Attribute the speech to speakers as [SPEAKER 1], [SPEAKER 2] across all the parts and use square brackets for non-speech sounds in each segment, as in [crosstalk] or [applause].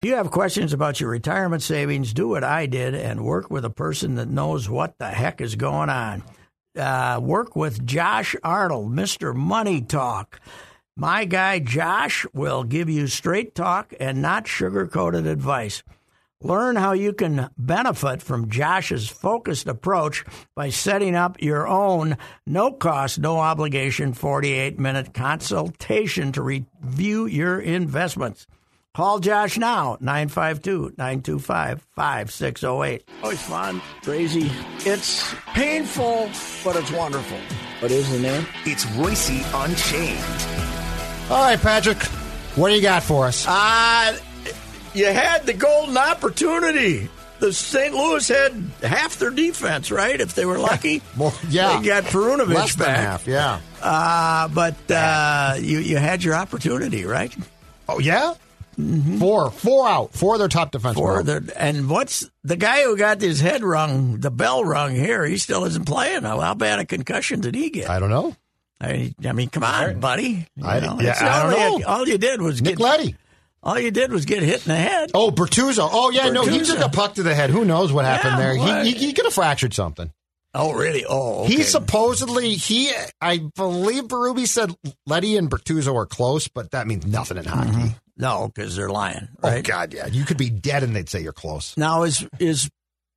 [SPEAKER 1] If you have questions about your retirement savings, do what I did and work with a person that knows what the heck is going on. Uh, work with Josh Arnold, Mr. Money Talk. My guy Josh will give you straight talk and not sugar coated advice. Learn how you can benefit from Josh's focused approach by setting up your own no cost, no obligation 48 minute consultation to review your investments. Call Josh now, 952 925 5608. Always Oh, fun, crazy. It's painful, but it's wonderful. What is the name?
[SPEAKER 2] It's Royce Unchained.
[SPEAKER 3] All right, Patrick, what do you got for us?
[SPEAKER 1] Uh, you had the golden opportunity. The St. Louis had half their defense, right? If they were [laughs] lucky.
[SPEAKER 3] Well, yeah.
[SPEAKER 1] They got Perunovic
[SPEAKER 3] Less
[SPEAKER 1] back.
[SPEAKER 3] than half, yeah.
[SPEAKER 1] Uh, but uh, you, you had your opportunity, right?
[SPEAKER 3] Oh, yeah? Four. Four out. Mm-hmm. Four of their top defensemen.
[SPEAKER 1] For the, and what's the guy who got his head rung, the bell rung here? He still isn't playing. How how bad a concussion did he get?
[SPEAKER 3] I don't know.
[SPEAKER 1] I, I mean, come on, buddy. You
[SPEAKER 3] I- yeah,
[SPEAKER 1] it's
[SPEAKER 3] I
[SPEAKER 1] all
[SPEAKER 3] don't
[SPEAKER 1] you-
[SPEAKER 3] know.
[SPEAKER 1] all you did was
[SPEAKER 3] Nick
[SPEAKER 1] get
[SPEAKER 3] Letty.
[SPEAKER 1] all you did was get hit in the head.
[SPEAKER 3] Oh, Bertuzzo. Oh, yeah, no, he
[SPEAKER 1] Bertuzzo.
[SPEAKER 3] took a puck to the head. Who knows what happened
[SPEAKER 1] Yeah,
[SPEAKER 3] there?
[SPEAKER 1] what?
[SPEAKER 3] He, he, he could have fractured something.
[SPEAKER 1] Oh, really? Oh, okay.
[SPEAKER 3] He supposedly, he, I believe Berube said Letty and Bertuzzo are close, but that means nothing in hockey.
[SPEAKER 1] no, because they're lying,
[SPEAKER 3] Oh,
[SPEAKER 1] right?
[SPEAKER 3] God, yeah. You could be dead and they'd say you're close.
[SPEAKER 1] Now is is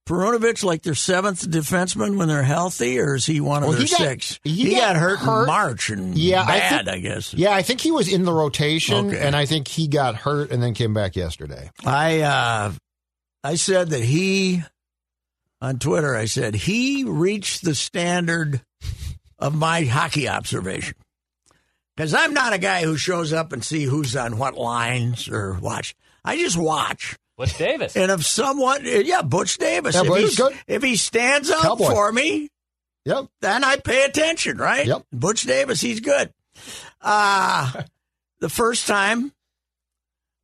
[SPEAKER 1] Perunovic like their seventh defenseman when they're healthy, or is he one of
[SPEAKER 3] Well,
[SPEAKER 1] their
[SPEAKER 3] he got-
[SPEAKER 1] six?
[SPEAKER 3] he
[SPEAKER 1] got,
[SPEAKER 3] got
[SPEAKER 1] hurt, in
[SPEAKER 3] hurt.
[SPEAKER 1] March and
[SPEAKER 3] Yeah, I
[SPEAKER 1] bad,
[SPEAKER 3] think-
[SPEAKER 1] I, guess.
[SPEAKER 3] Yeah, I think he was in the rotation,
[SPEAKER 1] Okay.
[SPEAKER 3] and I think he got hurt and then came back yesterday.
[SPEAKER 1] I uh, I said that he on Twitter. I said he reached the standard of my hockey observation because I'm not a guy who shows up and see who's on what lines or watch. I just watch.
[SPEAKER 4] Butch Davis.
[SPEAKER 1] And if someone, yeah, Butch Davis,
[SPEAKER 3] Yeah,
[SPEAKER 1] if,
[SPEAKER 3] Butch
[SPEAKER 1] he,
[SPEAKER 3] is good.
[SPEAKER 1] if he stands up
[SPEAKER 3] Cowboy.
[SPEAKER 1] for me,
[SPEAKER 3] Yep.
[SPEAKER 1] then I pay attention, right?
[SPEAKER 3] Yep.
[SPEAKER 1] Butch Davis, he's good.
[SPEAKER 3] [laughs]
[SPEAKER 1] Uh, the first time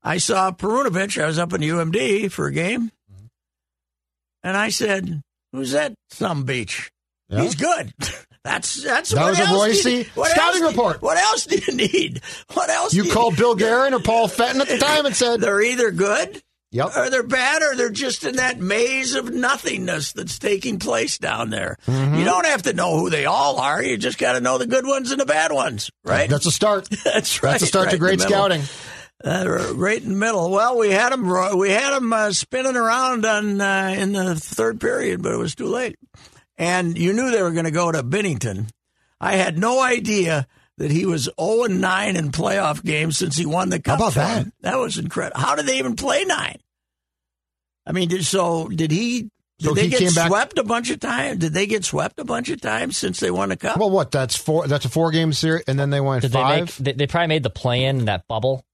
[SPEAKER 1] I saw Perunovic, I was up in UMD for a game,
[SPEAKER 3] Mm-hmm.
[SPEAKER 1] and I said, "Who's that? Some beach.
[SPEAKER 3] Yeah.
[SPEAKER 1] He's good." [laughs] That's that's
[SPEAKER 3] That
[SPEAKER 1] what
[SPEAKER 3] was a
[SPEAKER 1] else do you-
[SPEAKER 3] Royce
[SPEAKER 1] what
[SPEAKER 3] scouting
[SPEAKER 1] else do you-
[SPEAKER 3] report.
[SPEAKER 1] What else do you need? What else? do
[SPEAKER 3] You
[SPEAKER 1] you
[SPEAKER 3] called Bill [laughs] Guerin or Paul Fenton at the time and said,
[SPEAKER 1] They're either good
[SPEAKER 3] "Yep,
[SPEAKER 1] or they're bad or they're just in that maze of nothingness that's taking place down there.
[SPEAKER 3] Mm-hmm.
[SPEAKER 1] You don't have to know who they all are. You just got to know the good ones and the bad ones, right?
[SPEAKER 3] that's a start.
[SPEAKER 1] [laughs] That's right.
[SPEAKER 3] That's a start
[SPEAKER 1] right
[SPEAKER 3] to
[SPEAKER 1] in the
[SPEAKER 3] great
[SPEAKER 1] middle.
[SPEAKER 3] scouting."
[SPEAKER 1] Uh, right in the middle. Well, we had them. We had 'em, uh, spinning around on uh, in the third period, but it was too late. And you knew they were going to go to Bennington. I had no idea that he was zero and nine in playoff games since he won the cup.
[SPEAKER 3] about
[SPEAKER 1] for
[SPEAKER 3] that?
[SPEAKER 1] him. That was incredible. How did they even play nine? I mean, did, so did he? Did
[SPEAKER 3] So
[SPEAKER 1] they
[SPEAKER 3] he
[SPEAKER 1] get
[SPEAKER 3] came back-
[SPEAKER 1] swept a bunch of times? Did they get swept a bunch of times since they won the cup?
[SPEAKER 3] Well, what? That's four. That's a four game series, and then they went
[SPEAKER 4] Did they make?
[SPEAKER 3] five.
[SPEAKER 4] They, they probably made the play in that bubble.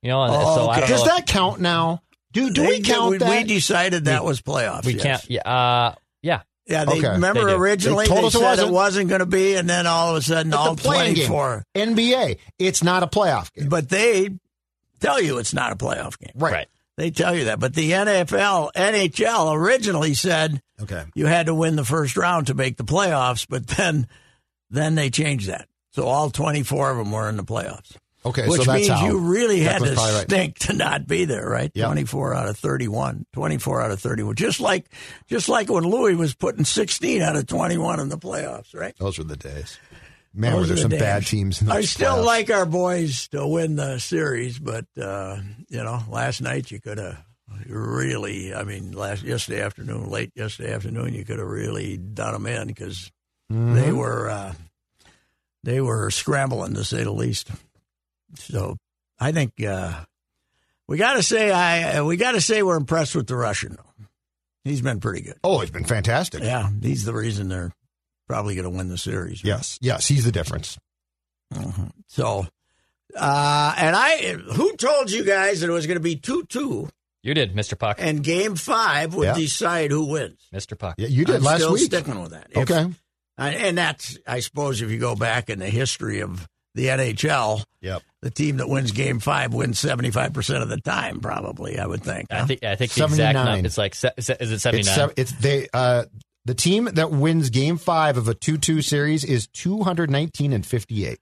[SPEAKER 4] You know, and
[SPEAKER 1] Oh,
[SPEAKER 4] so I
[SPEAKER 1] okay.
[SPEAKER 4] don't
[SPEAKER 3] Does
[SPEAKER 4] know. if-
[SPEAKER 3] that count now? Do do
[SPEAKER 1] They
[SPEAKER 3] we
[SPEAKER 1] did-
[SPEAKER 3] count
[SPEAKER 1] we,
[SPEAKER 3] that?
[SPEAKER 1] We decided that was playoffs.
[SPEAKER 4] we
[SPEAKER 1] yes.
[SPEAKER 4] can't. Yeah. Uh, yeah.
[SPEAKER 1] Yeah, they
[SPEAKER 3] Okay.
[SPEAKER 1] remember
[SPEAKER 4] They do.
[SPEAKER 1] originally they,
[SPEAKER 3] They told us it
[SPEAKER 1] said it
[SPEAKER 3] wasn't.
[SPEAKER 1] wasn't going to be, and then all of a sudden, all
[SPEAKER 3] it's a play-in game.
[SPEAKER 1] 24.
[SPEAKER 3] NBA. It's not a playoff game.
[SPEAKER 1] But they tell you it's not a playoff game.
[SPEAKER 3] Right.
[SPEAKER 4] Right.
[SPEAKER 1] They tell you that. But the NFL, NHL originally said
[SPEAKER 3] Okay.
[SPEAKER 1] you had to win the first round to make the playoffs, but then then they changed that. So all 24 of them were in the playoffs,
[SPEAKER 3] Okay.
[SPEAKER 1] which
[SPEAKER 3] so that's
[SPEAKER 1] means
[SPEAKER 3] how.
[SPEAKER 1] you really
[SPEAKER 3] That
[SPEAKER 1] had
[SPEAKER 3] was
[SPEAKER 1] to
[SPEAKER 3] probably right.
[SPEAKER 1] stink to not be there, right?
[SPEAKER 3] Yep.
[SPEAKER 1] 24 out of 31, 24 out of 31. Just like just like when Louis was putting 16 out of 21 in the playoffs, right?
[SPEAKER 3] Those were the days. Man, were
[SPEAKER 1] Those
[SPEAKER 3] there
[SPEAKER 1] are
[SPEAKER 3] some
[SPEAKER 1] the
[SPEAKER 3] bad
[SPEAKER 1] days.
[SPEAKER 3] teams in those
[SPEAKER 1] I still
[SPEAKER 3] playoffs.
[SPEAKER 1] like our boys to win the series, but uh, you know, last night you could have really. I mean, last yesterday afternoon, late yesterday afternoon, you could have really done them in because
[SPEAKER 3] Mm-hmm.
[SPEAKER 1] they were uh, they were scrambling to say the least. So I think uh, we got to say I uh, we got to say we're impressed with the Russian. He's been pretty good.
[SPEAKER 3] Oh, it's been fantastic.
[SPEAKER 1] Yeah, he's the reason they're probably going to win the series.
[SPEAKER 3] Yes, yes, he's the difference.
[SPEAKER 1] So, uh, and I, who told you guys that it was going to be 2 2
[SPEAKER 4] You did, Mr. Puck.
[SPEAKER 1] and game five would
[SPEAKER 3] Yeah.
[SPEAKER 1] decide who wins?
[SPEAKER 4] Mr. Puck.
[SPEAKER 3] Yeah, you did
[SPEAKER 1] I'm
[SPEAKER 3] last
[SPEAKER 1] still
[SPEAKER 3] week.
[SPEAKER 1] sticking with that. If-
[SPEAKER 3] okay.
[SPEAKER 1] I- and that's, I suppose, if you go back in the history of the NHL,
[SPEAKER 3] Yep.
[SPEAKER 1] the team that wins game five wins 75% of the time, probably, I would think.
[SPEAKER 4] I
[SPEAKER 1] huh?
[SPEAKER 4] think I think the exact
[SPEAKER 3] 79.
[SPEAKER 4] number. It's like se- se- is it seventy
[SPEAKER 3] It's
[SPEAKER 4] nine?
[SPEAKER 3] sev- it's they uh the team that wins game 5 of a 2-2 series is 219 and 58.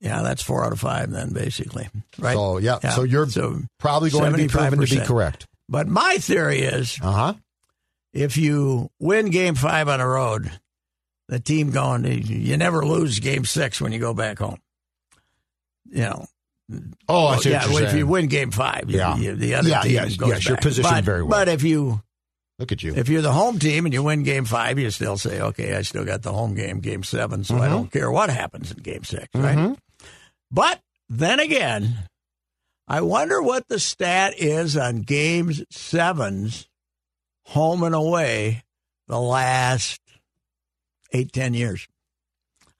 [SPEAKER 1] yeah, that's four out of five, then, basically. Right.
[SPEAKER 3] So, yeah.
[SPEAKER 1] Yeah.
[SPEAKER 3] So you're
[SPEAKER 1] So,
[SPEAKER 3] probably going to be proven to be
[SPEAKER 1] 75%.
[SPEAKER 3] correct.
[SPEAKER 1] but my theory is
[SPEAKER 3] Uh-huh.
[SPEAKER 1] if you win game five on the road, the team going, you never lose game six when you go back home. You know,
[SPEAKER 3] Oh, I see
[SPEAKER 1] yeah,
[SPEAKER 3] what you're
[SPEAKER 1] if you
[SPEAKER 3] saying.
[SPEAKER 1] win game five, you-
[SPEAKER 3] Yeah.
[SPEAKER 1] you- the other
[SPEAKER 3] Yeah,
[SPEAKER 1] team
[SPEAKER 3] yes,
[SPEAKER 1] goes
[SPEAKER 3] yes, you're
[SPEAKER 1] back.
[SPEAKER 3] positioned
[SPEAKER 1] But-
[SPEAKER 3] very well.
[SPEAKER 1] But if you
[SPEAKER 3] Look at you.
[SPEAKER 1] if you're the home team and you win game five, you still say, okay, I still got the home game, game seven, so I
[SPEAKER 3] Mhm.
[SPEAKER 1] don't care what happens in game 6 right?
[SPEAKER 3] Mhm.
[SPEAKER 1] But then again, I wonder what the stat is on games sevens, home and away, the last eight, ten years.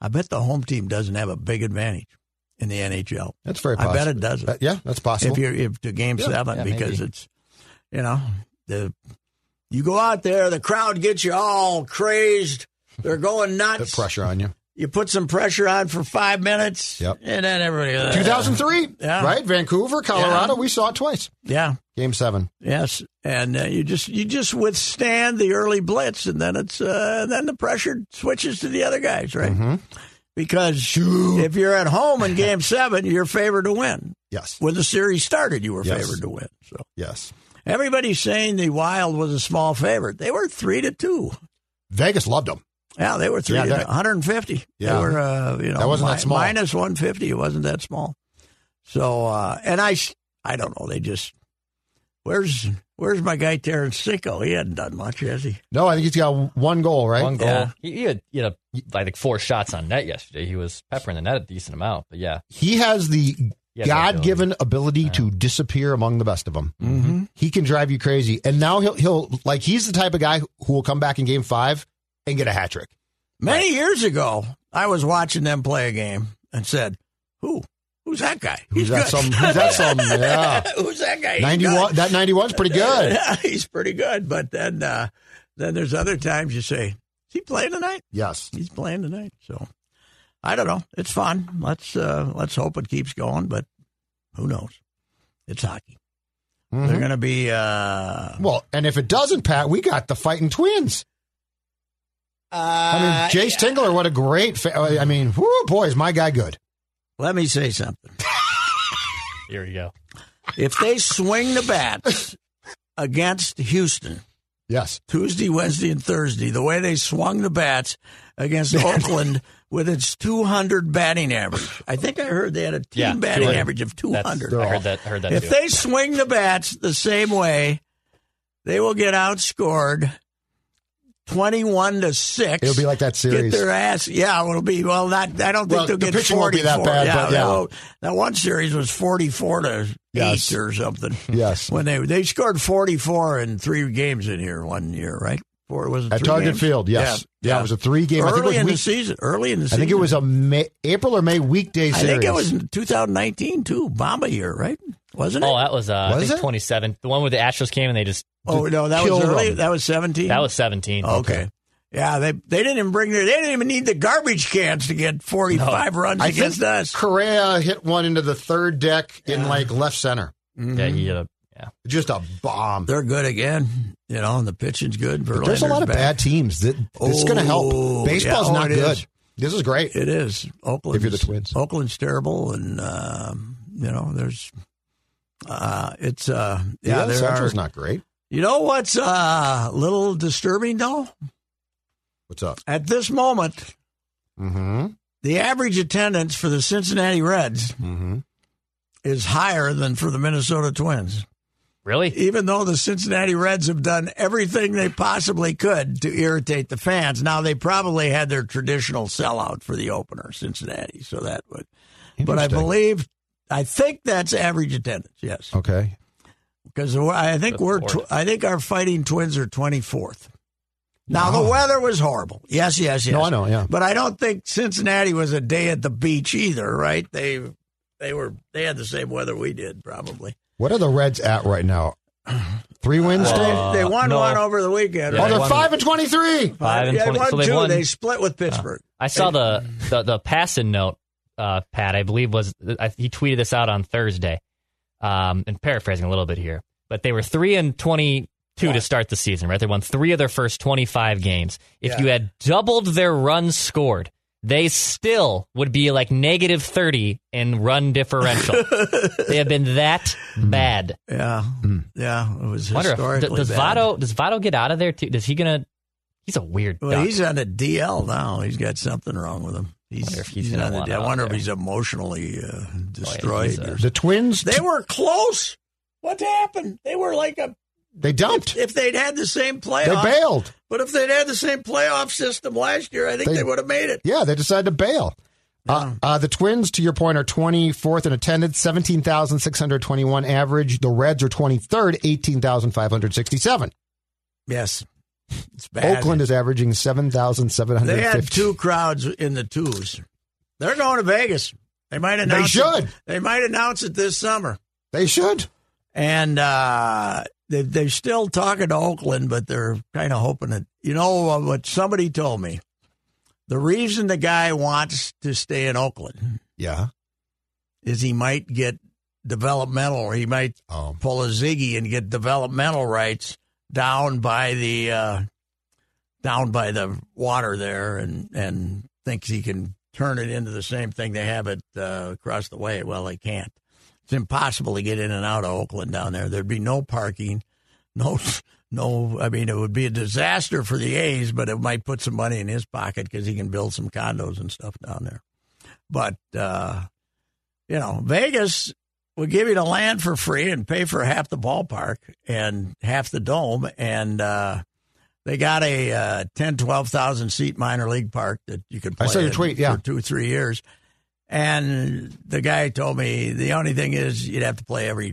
[SPEAKER 1] I bet the home team doesn't have a big advantage in the NHL.
[SPEAKER 3] That's very
[SPEAKER 1] I
[SPEAKER 3] possible.
[SPEAKER 1] bet it doesn't
[SPEAKER 3] Uh, yeah, that's possible.
[SPEAKER 1] if you're if to game
[SPEAKER 4] Yeah,
[SPEAKER 1] seven
[SPEAKER 4] yeah,
[SPEAKER 1] because
[SPEAKER 4] maybe.
[SPEAKER 1] it's you know the you go out there the crowd gets you all crazed they're going
[SPEAKER 3] the
[SPEAKER 1] nuts
[SPEAKER 3] pressure on you.
[SPEAKER 1] you put some pressure on for five minutes
[SPEAKER 3] Yep.
[SPEAKER 1] and then everybody uh,
[SPEAKER 3] 2003,
[SPEAKER 1] Yeah.
[SPEAKER 3] right? Vancouver, Colorado, we saw it twice.
[SPEAKER 1] yeah
[SPEAKER 3] Game 7.
[SPEAKER 1] yes and uh, you just you just withstand the early blitz and then it's uh, then the pressure switches to the other guys right
[SPEAKER 3] Mm-hmm.
[SPEAKER 1] because if you're at home in game seven you're favored to win
[SPEAKER 3] Yes.
[SPEAKER 1] when the series started you were
[SPEAKER 3] Yes.
[SPEAKER 1] favored to win so
[SPEAKER 3] Yes.
[SPEAKER 1] Everybody's saying the Wild was a small favorite. They were three to two.
[SPEAKER 3] Vegas loved them.
[SPEAKER 1] Yeah, they were three
[SPEAKER 3] Yeah,
[SPEAKER 1] to
[SPEAKER 3] that-
[SPEAKER 1] two. 150.
[SPEAKER 3] Yeah.
[SPEAKER 1] They were, uh, you know,
[SPEAKER 3] That wasn't that small.
[SPEAKER 1] minus 150. It wasn't that small. So, uh, and I, s- I don't know. They just, where's, where's my guy Terrence Sicko? He hadn't done much, has he?
[SPEAKER 3] No, I think he's got one goal, right?
[SPEAKER 4] One goal.
[SPEAKER 1] Yeah.
[SPEAKER 4] He, he had you know I think four shots on net yesterday. He was peppering the net a decent amount, but yeah,
[SPEAKER 3] He has the
[SPEAKER 4] Yeah,
[SPEAKER 3] God given ability to disappear among the best of them. Mm-hmm. He can drive you crazy. And now he'll, he'll, like, he's the type of guy who will come back in game five and get a hat trick.
[SPEAKER 1] Many years ago, I was watching them play a game and said, who? Who's that guy? He's
[SPEAKER 3] Who's that
[SPEAKER 1] good. [laughs]
[SPEAKER 3] some? Who's that some? Yeah.
[SPEAKER 1] who's that guy? He's
[SPEAKER 3] 91,
[SPEAKER 1] good.
[SPEAKER 3] that
[SPEAKER 1] [laughs]
[SPEAKER 3] 91's pretty good.
[SPEAKER 1] Yeah, he's pretty good. But then uh, then there's other times you say, is he playing tonight?
[SPEAKER 3] Yes.
[SPEAKER 1] He's playing tonight. So I don't know. It's fun. Let's uh, let's hope it keeps going, but who knows? It's hockey. They're
[SPEAKER 3] Mhm.
[SPEAKER 1] gonna be uh,
[SPEAKER 3] Well, and if it doesn't, Pat, we got the fighting twins.
[SPEAKER 1] Uh,
[SPEAKER 3] I mean, Jace Tingler, what a great. Fa- I mean, whoo, boy, is my guy good.
[SPEAKER 1] let me say something.
[SPEAKER 4] Here we go.
[SPEAKER 1] If they swing the bats against Houston
[SPEAKER 3] Yes.
[SPEAKER 1] Tuesday, Wednesday, and Thursday, the way they swung the bats
[SPEAKER 3] [laughs]
[SPEAKER 1] against Oakland with its 200 batting average. I think I heard they had a team
[SPEAKER 4] Yeah,
[SPEAKER 1] batting
[SPEAKER 4] 200.
[SPEAKER 1] average of
[SPEAKER 4] That's,
[SPEAKER 1] 200.
[SPEAKER 4] I heard that. I heard that.
[SPEAKER 1] If
[SPEAKER 4] too.
[SPEAKER 1] they swing the bats the same way, they will get outscored twenty-one to six.
[SPEAKER 3] It'll be like that
[SPEAKER 1] get
[SPEAKER 3] series.
[SPEAKER 1] their ass. Yeah, it'll be. Well, not. I don't think
[SPEAKER 3] Well,
[SPEAKER 1] they'll
[SPEAKER 3] the
[SPEAKER 1] get
[SPEAKER 3] pitching won't be
[SPEAKER 1] 44.
[SPEAKER 3] that bad,
[SPEAKER 1] Yeah,
[SPEAKER 3] but
[SPEAKER 1] they
[SPEAKER 3] yeah.
[SPEAKER 1] won't. that one series was forty-four to
[SPEAKER 3] Yes.
[SPEAKER 1] eight or something.
[SPEAKER 3] Yes.
[SPEAKER 1] When they they scored forty-four in three games in here one year, right? Four was it
[SPEAKER 3] At
[SPEAKER 1] three
[SPEAKER 3] Target
[SPEAKER 1] games?
[SPEAKER 3] Field, yes. Yeah, it was a three game. I
[SPEAKER 1] Early
[SPEAKER 3] think it was
[SPEAKER 1] in
[SPEAKER 3] week-
[SPEAKER 1] the season. Early in the
[SPEAKER 3] I
[SPEAKER 1] season.
[SPEAKER 3] think it was a May, April or May weekday
[SPEAKER 1] I
[SPEAKER 3] series.
[SPEAKER 1] think it was in 2019 too. Bomba year, right? Wasn't it?
[SPEAKER 4] oh, that was uh,
[SPEAKER 3] Was
[SPEAKER 4] I
[SPEAKER 3] it?
[SPEAKER 4] think twenty seven. The one where the Astros came and they just
[SPEAKER 1] Oh no, that was
[SPEAKER 3] killed
[SPEAKER 1] early.
[SPEAKER 3] them.
[SPEAKER 1] That was seventeen.
[SPEAKER 4] that was seventeen.
[SPEAKER 1] okay. Yeah, they they didn't even bring their. They didn't even need the garbage cans to get forty five runs
[SPEAKER 3] I
[SPEAKER 1] against
[SPEAKER 3] think
[SPEAKER 1] us.
[SPEAKER 3] Correa hit one into the third deck in like left center.
[SPEAKER 4] Yeah, he had a, yeah.
[SPEAKER 3] Just a bomb.
[SPEAKER 1] They're good again, you know, and the pitching's good.
[SPEAKER 3] There's a lot of bad teams. That, it's going to
[SPEAKER 1] Oh,
[SPEAKER 3] help. Baseball's
[SPEAKER 1] yeah. Oh,
[SPEAKER 3] not
[SPEAKER 1] it
[SPEAKER 3] good.
[SPEAKER 1] is.
[SPEAKER 3] This is great.
[SPEAKER 1] It is Oakland.
[SPEAKER 3] If you're the Twins.
[SPEAKER 1] Oakland's terrible, and um, you know, there's. Uh, it's uh, yeah,
[SPEAKER 3] yeah,
[SPEAKER 1] there
[SPEAKER 3] Central's
[SPEAKER 1] are.
[SPEAKER 3] not great.
[SPEAKER 1] You know what's uh, a little disturbing though?
[SPEAKER 3] What's up?
[SPEAKER 1] At this moment,
[SPEAKER 3] Mm-hmm.
[SPEAKER 1] The average attendance for the Cincinnati Reds
[SPEAKER 3] Mm-hmm.
[SPEAKER 1] is higher than for the Minnesota Twins,
[SPEAKER 4] Really?
[SPEAKER 1] even though the Cincinnati Reds have done everything they possibly could to irritate the fans. Now they probably had their traditional sellout for the opener, Cincinnati, so that would. But I
[SPEAKER 3] Interesting. Oh.
[SPEAKER 1] believe, I think that's average attendance. Yes,
[SPEAKER 3] Okay.
[SPEAKER 1] because I think
[SPEAKER 4] Good
[SPEAKER 1] we're,
[SPEAKER 4] Lord.
[SPEAKER 1] tw- I think our fighting Twins are twenty fourth. Now the weather was horrible. Yes, yes, yes.
[SPEAKER 3] No, I know, yeah.
[SPEAKER 1] But I don't think Cincinnati was a day at the beach either, right? They they were they had the same weather we did probably.
[SPEAKER 3] What are the Reds at
[SPEAKER 1] [sighs]
[SPEAKER 3] right now? Three wins, Dave?
[SPEAKER 1] they, they won
[SPEAKER 4] no.
[SPEAKER 1] one over the weekend.
[SPEAKER 4] Yeah,
[SPEAKER 3] oh,
[SPEAKER 1] right?
[SPEAKER 3] they're
[SPEAKER 4] they won-
[SPEAKER 3] five and twenty-three.
[SPEAKER 4] Five and
[SPEAKER 1] yeah,
[SPEAKER 4] 20
[SPEAKER 1] won
[SPEAKER 4] so they
[SPEAKER 1] two.
[SPEAKER 4] won.
[SPEAKER 1] They split with Pittsburgh.
[SPEAKER 4] I saw the the, the passing note, uh, Pat. I believe was I, he tweeted this out on Thursday. Um, and paraphrasing a little bit here, but they were three and twenty two to start the season. Right, they won three of their first twenty five games. If you had doubled their runs scored. They still would be like negative 30 in
[SPEAKER 1] [laughs]
[SPEAKER 4] run differential. they have been that bad.
[SPEAKER 1] Yeah,
[SPEAKER 3] Hmm.
[SPEAKER 1] yeah, it was
[SPEAKER 4] Ah. Wonder if, d-
[SPEAKER 1] historically
[SPEAKER 4] does
[SPEAKER 1] bad.
[SPEAKER 4] Votto does Votto get out of there too? Does he gonna? He's a weird.
[SPEAKER 1] Well,
[SPEAKER 4] duck.
[SPEAKER 1] he's on a DL now. He's got something wrong with him. He's,
[SPEAKER 4] Wonder if he's
[SPEAKER 1] he's
[SPEAKER 4] gonna
[SPEAKER 1] on the
[SPEAKER 4] want
[SPEAKER 1] DL. I
[SPEAKER 4] out
[SPEAKER 1] wonder if
[SPEAKER 4] there.
[SPEAKER 1] he's emotionally uh, destroyed.
[SPEAKER 4] he's a-
[SPEAKER 1] or-
[SPEAKER 3] The Twins.
[SPEAKER 1] they were close. What happened? They were like a
[SPEAKER 3] they dumped.
[SPEAKER 1] if they'd had the same
[SPEAKER 3] They
[SPEAKER 1] playoff.
[SPEAKER 3] bailed.
[SPEAKER 1] But if they'd had the same playoff system last year, I think
[SPEAKER 3] They-
[SPEAKER 1] they, would have made it.
[SPEAKER 3] Yeah, they decided to bail. Uh, uh, the Twins, to your point, are 24th in attendance, 17,621 average. The Reds are 23rd, 18,567.
[SPEAKER 1] Yes, it's bad.
[SPEAKER 3] Oakland is averaging
[SPEAKER 1] They had
[SPEAKER 3] 7,750.
[SPEAKER 1] two crowds in the twos. They're going to Vegas. They might announce.
[SPEAKER 3] They should.
[SPEAKER 1] It, they might announce it this summer.
[SPEAKER 3] They should.
[SPEAKER 1] And uh, they, they're still talking to Oakland, but they're kind of hoping it. You know uh, what somebody told me? The reason the guy wants to stay in Oakland
[SPEAKER 3] Yeah.
[SPEAKER 1] is he might get developmental, or he might
[SPEAKER 3] Oh.
[SPEAKER 1] uh, pull a Ziggy and get developmental rights down by the uh, down by the water there, and and thinks he can turn it into the same thing they have it uh, across the way. Well, they can't. It's impossible to get in and out of Oakland down there. There'd be no parking, no. [laughs] No, I mean it would be a disaster for the A's, but it might put some money in his pocket because he can build some condos and stuff down there. But uh, you know, Vegas will give you the land for free and pay for half the ballpark and half the dome. And uh, they got a uh, 10, 12,000 seat minor league park that you could play
[SPEAKER 3] I saw your
[SPEAKER 1] in
[SPEAKER 3] tweet, yeah.
[SPEAKER 1] for two, three years. And the guy told me the only thing is you'd have to play every,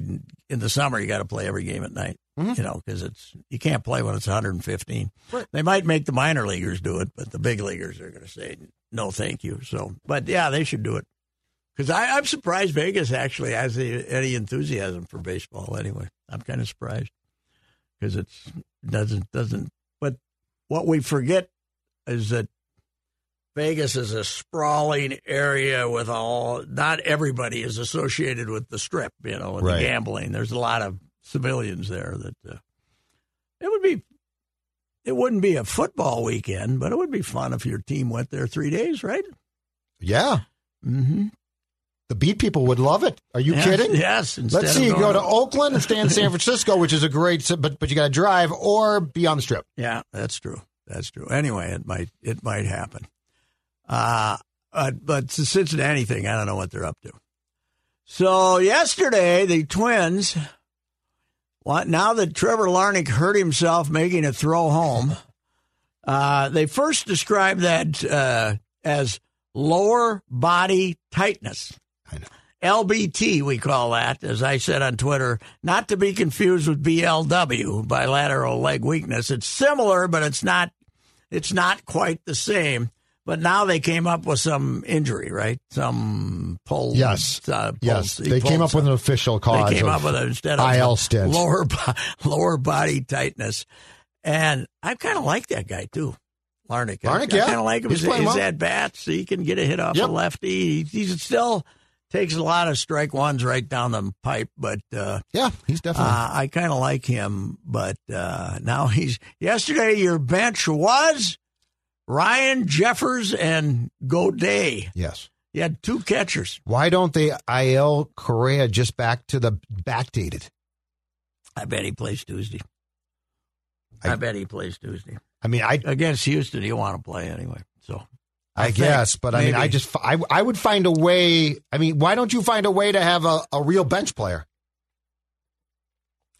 [SPEAKER 1] in the summer, you got to play every game at night.
[SPEAKER 3] Mm-hmm.
[SPEAKER 1] You know, because it's you can't play when it's 115. They might make the minor leaguers do it, but the big leaguers are going to say no, thank you. So, but yeah, they should do it. Because I'm surprised Vegas actually has a- any enthusiasm for baseball. Anyway, I'm kind of surprised because it doesn't doesn't. But what we forget is that Vegas is a sprawling area with all. Not everybody is associated with the Strip, you know, and
[SPEAKER 3] Right.
[SPEAKER 1] the gambling. There's a lot of civilians there that uh, it would be. It wouldn't be a football weekend, but it would be fun if your team went there three days, right?
[SPEAKER 3] Yeah.
[SPEAKER 1] Mm-hmm.
[SPEAKER 3] The beat people would love it. Are you
[SPEAKER 1] Yes,
[SPEAKER 3] kidding?
[SPEAKER 1] Yes. instead
[SPEAKER 3] Let's see. You
[SPEAKER 1] of
[SPEAKER 3] go
[SPEAKER 1] going
[SPEAKER 3] to Oakland and stay
[SPEAKER 1] [laughs]
[SPEAKER 3] in San Francisco, which is a great, si- but but you got to drive or be on the strip.
[SPEAKER 1] Yeah, that's true. That's true. Anyway, it might it might happen. Uh, uh but the Cincinnati thing, I don't know what they're up to. So yesterday, the Twins. What now that Trevor Larnick hurt himself making a throw home? Uh, they first described that uh, as lower body tightness.
[SPEAKER 3] I know.
[SPEAKER 1] LBT, we call that, as I said on Twitter, not to be confused with BLW, bilateral leg weakness. It's similar, but it's not. It's not quite the same. But now they came up with some injury, right? Some pull.
[SPEAKER 3] Yes.
[SPEAKER 1] uh, pull-
[SPEAKER 3] Yes,
[SPEAKER 1] he
[SPEAKER 3] they
[SPEAKER 1] pulled
[SPEAKER 3] came up with an official cause.
[SPEAKER 1] they came
[SPEAKER 3] of-
[SPEAKER 1] up with it instead of [laughs]
[SPEAKER 3] IL stint.
[SPEAKER 1] lower bo- lower body tightness, and I kind of like that guy too, Larnick. I-
[SPEAKER 3] Larnick,
[SPEAKER 1] I,
[SPEAKER 3] yeah.
[SPEAKER 1] kind of like him.
[SPEAKER 3] He's
[SPEAKER 1] He's,
[SPEAKER 3] playing
[SPEAKER 1] he's
[SPEAKER 3] well.
[SPEAKER 1] at bats, so he can get a hit off
[SPEAKER 3] Yep.
[SPEAKER 1] a lefty. He, he still takes a lot of strike ones right down the pipe, but uh,
[SPEAKER 3] Yeah, he's definitely.
[SPEAKER 1] uh, I kind of like him. But uh, now he's yesterday. Your bench was Ryan Jeffers and Goday.
[SPEAKER 3] yes.
[SPEAKER 1] You had two catchers.
[SPEAKER 3] Why don't they IL Correa just back to the backdated?
[SPEAKER 1] I bet he plays Tuesday.
[SPEAKER 3] I-
[SPEAKER 1] I bet he plays Tuesday.
[SPEAKER 3] I mean, I
[SPEAKER 1] against Houston, he'll want to play anyway. So
[SPEAKER 3] I,
[SPEAKER 1] think.
[SPEAKER 3] guess, but I mean,
[SPEAKER 1] Maybe.
[SPEAKER 3] I just f- I, I would find a way. I mean, why don't you find a way to have a, a real bench player,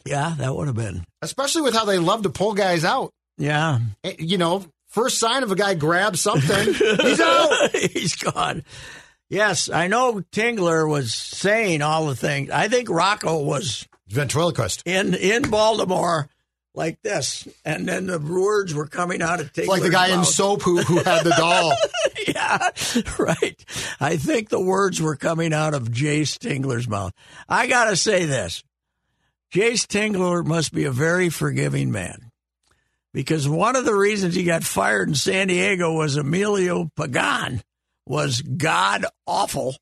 [SPEAKER 1] Yeah, that would have been.
[SPEAKER 3] especially with how they love to pull guys out?
[SPEAKER 1] Yeah.
[SPEAKER 3] Eh, You know, first sign of a guy
[SPEAKER 1] [laughs]
[SPEAKER 3] grabs something, he's out.
[SPEAKER 1] He's gone. Yes, I know Tingler was saying all the things. I think Rocco was
[SPEAKER 3] Ventriloquist.
[SPEAKER 1] in in Baltimore like this, and then the words were coming out of Tingler.
[SPEAKER 3] It's like the guy in soap who, who had the
[SPEAKER 1] [laughs]
[SPEAKER 3] doll.
[SPEAKER 1] yeah, right. I think the words were coming out of Jace Tingler's mouth. I got to say this Jace Tingler must be a very forgiving man because one of the reasons he got fired in San Diego was Emilio Pagan was god awful.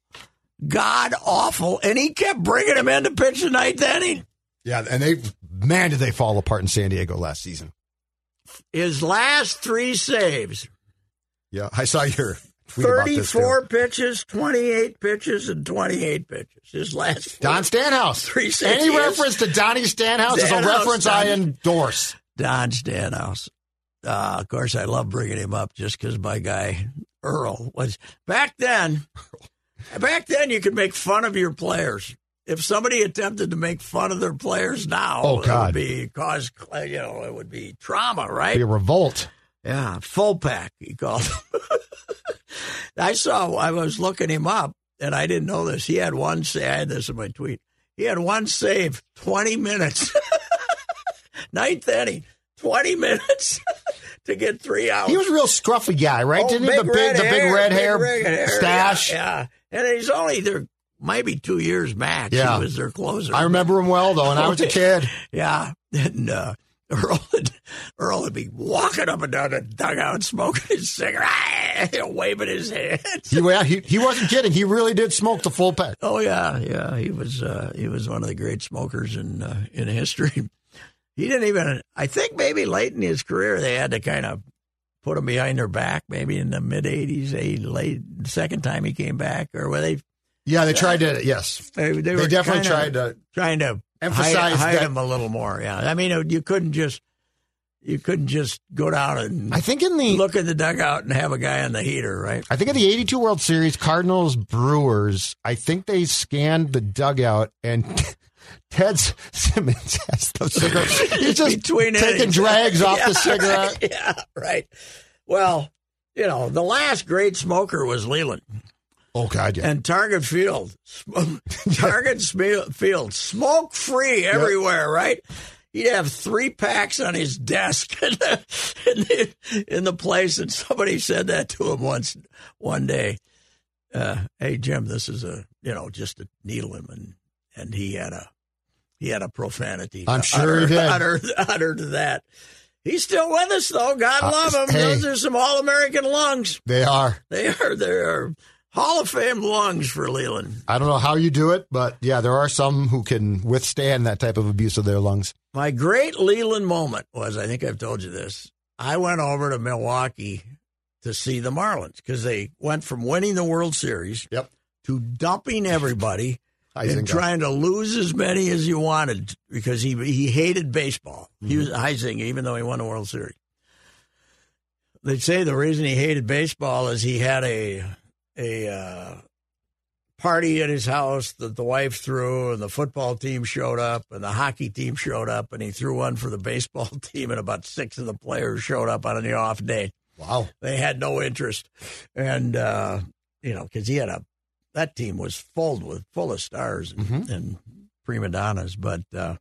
[SPEAKER 1] God awful. And he kept bringing him in to pitch the ninth inning.
[SPEAKER 3] Yeah, and they man did they fall apart in San Diego last season.
[SPEAKER 1] His last three saves
[SPEAKER 3] Yeah, I saw your tweet about this. too.
[SPEAKER 1] 34 pitches, 28 pitches, and 28 pitches. His last four.
[SPEAKER 3] Don
[SPEAKER 1] [laughs]
[SPEAKER 3] Stanhouse.
[SPEAKER 1] Three six
[SPEAKER 3] Any
[SPEAKER 1] years.
[SPEAKER 3] reference to Donnie Stanhouse is a
[SPEAKER 1] Stanhouse,
[SPEAKER 3] reference I
[SPEAKER 1] Donnie.
[SPEAKER 3] endorse.
[SPEAKER 1] Don Stanhouse. Uh, of course, I love bringing him up just because my guy Earl was back
[SPEAKER 3] [laughs]
[SPEAKER 1] then. Back then, you could make fun of your players. If somebody attempted to make fun of their players now,
[SPEAKER 3] Oh,
[SPEAKER 1] it would
[SPEAKER 3] God.
[SPEAKER 1] be cause you know it would be trauma, right?
[SPEAKER 3] Be a revolt.
[SPEAKER 1] Yeah, full pack, he called him. [laughs] I saw, I was looking him up, and I didn't know this. He had one save, I had this in my tweet. He had one save, 20 minutes. [laughs] Ninth inning, 20 minutes [laughs] to get three outs.
[SPEAKER 3] He was a real scruffy guy, right?
[SPEAKER 1] Oh,
[SPEAKER 3] Didn't he? The big, the big
[SPEAKER 1] hair,
[SPEAKER 3] red hair,
[SPEAKER 1] red hair,
[SPEAKER 3] stash.
[SPEAKER 1] Yeah, yeah. And he's only there, maybe two years max.
[SPEAKER 3] Yeah.
[SPEAKER 1] He was their closer.
[SPEAKER 3] I remember him well though, when I was
[SPEAKER 1] [laughs]
[SPEAKER 3] a kid.
[SPEAKER 1] Yeah, and uh, Earl would, Earl would be walking up and down the dugout, smoking [laughs] his cigarette, waving his hands.
[SPEAKER 3] He, well, he, he wasn't kidding. He really did smoke the full pack.
[SPEAKER 1] Oh yeah, yeah. He was uh, he was one of the great smokers in uh, in history. [laughs] He didn't even. I think maybe late in his career they had to kind of put him behind their back. Maybe in the mid '80s, they late the second time he came back, or were they?
[SPEAKER 3] Yeah, they tried to. Yes,
[SPEAKER 1] They, they,
[SPEAKER 3] they,
[SPEAKER 1] were
[SPEAKER 3] definitely
[SPEAKER 1] kinda-
[SPEAKER 3] tried to.
[SPEAKER 1] trying to
[SPEAKER 3] Emphasize
[SPEAKER 1] hide, hide
[SPEAKER 3] that-
[SPEAKER 1] him a little more. Yeah, I mean, you couldn't just you couldn't just go down and
[SPEAKER 3] I think in the
[SPEAKER 1] look in the dugout and have a guy on the heater, right?
[SPEAKER 3] I think in the 82 World Series, Cardinals Brewers, I think they scanned the dugout and [laughs] Ted Simmons has the cigarette. He's just
[SPEAKER 1] Between
[SPEAKER 3] taking
[SPEAKER 1] innings.
[SPEAKER 3] drags
[SPEAKER 1] [laughs]
[SPEAKER 3] off
[SPEAKER 1] Yeah,
[SPEAKER 3] the cigarette.
[SPEAKER 1] [laughs] yeah, right. Well, you know, the last great smoker was Leland
[SPEAKER 3] Oh, God, yeah.
[SPEAKER 1] and Target Field.
[SPEAKER 3] [laughs]
[SPEAKER 1] Sm- Target Sm- Field, smoke free everywhere, right? He'd have three packs on his desk [laughs] in the, in the, in the place, and somebody said that to him once one day. Uh, hey Jim, this is a you know just a needle him, and and he had a he had a profanity. [laughs]
[SPEAKER 3] I'm sure he
[SPEAKER 1] uttered,
[SPEAKER 3] did.
[SPEAKER 1] Uttered, uttered that. He's still with us though. God
[SPEAKER 3] Uh,
[SPEAKER 1] love him.
[SPEAKER 3] hey.
[SPEAKER 1] Those are some all American lungs.
[SPEAKER 3] They are.
[SPEAKER 1] They are they are Hall of Fame lungs for Leland.
[SPEAKER 3] I don't know how you do it, but yeah, there are some who can withstand that type of abuse of their lungs.
[SPEAKER 1] My great Leland moment was I think I've told you this. I went over to Milwaukee to see the Marlins because they went from winning the World Series
[SPEAKER 3] Yep.
[SPEAKER 1] to dumping everybody
[SPEAKER 3] I
[SPEAKER 1] and
[SPEAKER 3] think
[SPEAKER 1] trying to lose as many as you wanted because he he hated baseball. He was Heisinger, even though he won the World Series. They'd say the reason he hated baseball is he had a a uh, party at his house that the wife threw, and the football team showed up, and the hockey team showed up, and he threw one for the baseball [laughs] team, and about six of the players showed up on the off day
[SPEAKER 3] Wow.
[SPEAKER 1] they had no interest and uh you know because he had a that team was filled with full of stars and,
[SPEAKER 3] Mhm.
[SPEAKER 1] and prima donnas but uh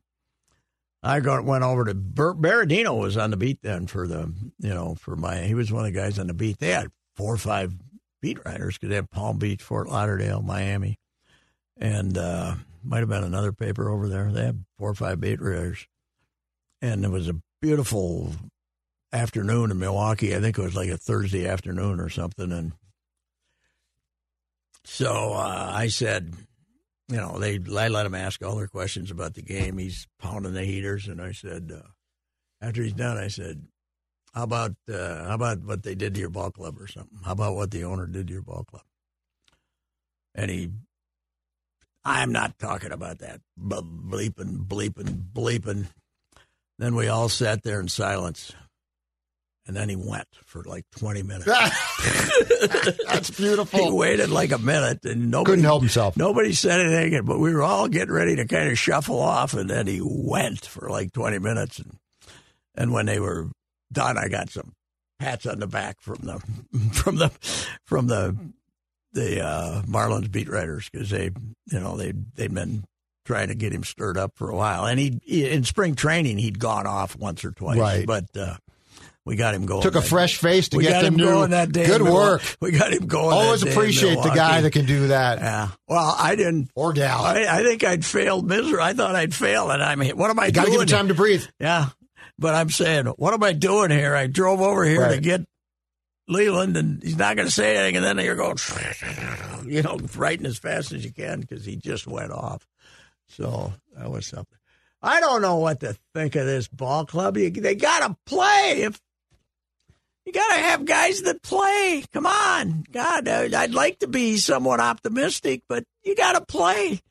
[SPEAKER 1] i got went over to Ber- Berardino was on the beat then for the you know for my he was one of the guys on the beat they had four or five beat writers because they had palm beach fort lauderdale miami and uh might have been another paper over there they had four or five beat writers and it was a beautiful afternoon in Milwaukee. I think it was like a Thursday afternoon or something. And so uh, I said, you know, they I let him ask all their questions about the game. He's pounding the heaters, and I said, uh, after he's done, I said, how about uh, how about what they did to your ball club or something? How about what the owner did to your ball club? And he, I'm not talking about that. B- bleeping, bleeping, bleeping. Then we all sat there in silence. and then he went for like 20
[SPEAKER 3] [laughs]
[SPEAKER 1] minutes.
[SPEAKER 3] Oh. That's
[SPEAKER 1] he
[SPEAKER 3] beautiful.
[SPEAKER 1] waited like a minute, and nobody
[SPEAKER 3] Couldn't help himself.
[SPEAKER 1] Nobody said anything, but we were all getting ready to kind of shuffle off, and then he went for like 20 minutes. And, and when they were done, I got some pats on the back from the [laughs] from the from the the uh, Marlins beat writers because they you know they they've been trying to get him stirred up for a while, and he in spring training he'd gone off once or twice,
[SPEAKER 3] Right.
[SPEAKER 1] but. Uh, we got him going.
[SPEAKER 3] Took a
[SPEAKER 1] that
[SPEAKER 3] fresh face
[SPEAKER 1] Oh,
[SPEAKER 3] to
[SPEAKER 1] we
[SPEAKER 3] get
[SPEAKER 1] got
[SPEAKER 3] the
[SPEAKER 1] him
[SPEAKER 3] new.
[SPEAKER 1] going that day. in
[SPEAKER 3] Good
[SPEAKER 1] Milwaukee.
[SPEAKER 3] work.
[SPEAKER 1] We got him going.
[SPEAKER 3] Always
[SPEAKER 1] that day in
[SPEAKER 3] appreciate the guy
[SPEAKER 1] Milwaukee.
[SPEAKER 3] that can do that
[SPEAKER 1] Yeah. Well, I didn't.
[SPEAKER 3] or gal.
[SPEAKER 1] I, I think I'd failed miserably. I thought I'd fail, and I'm. What am I
[SPEAKER 3] you gotta give
[SPEAKER 1] doing?
[SPEAKER 3] him time to breathe.
[SPEAKER 1] yeah, but I'm saying, what am I doing here? I drove over here to
[SPEAKER 3] Right.
[SPEAKER 1] get Leland, and he's not going to say anything, and then you're going, [laughs] you know, writing as fast as you can because he just went off. So that was something. I don't know what to think of this ball club. You, they got to play. If you got to have guys that play. Come on, God, I- I'd like to be somewhat optimistic, but you got to play.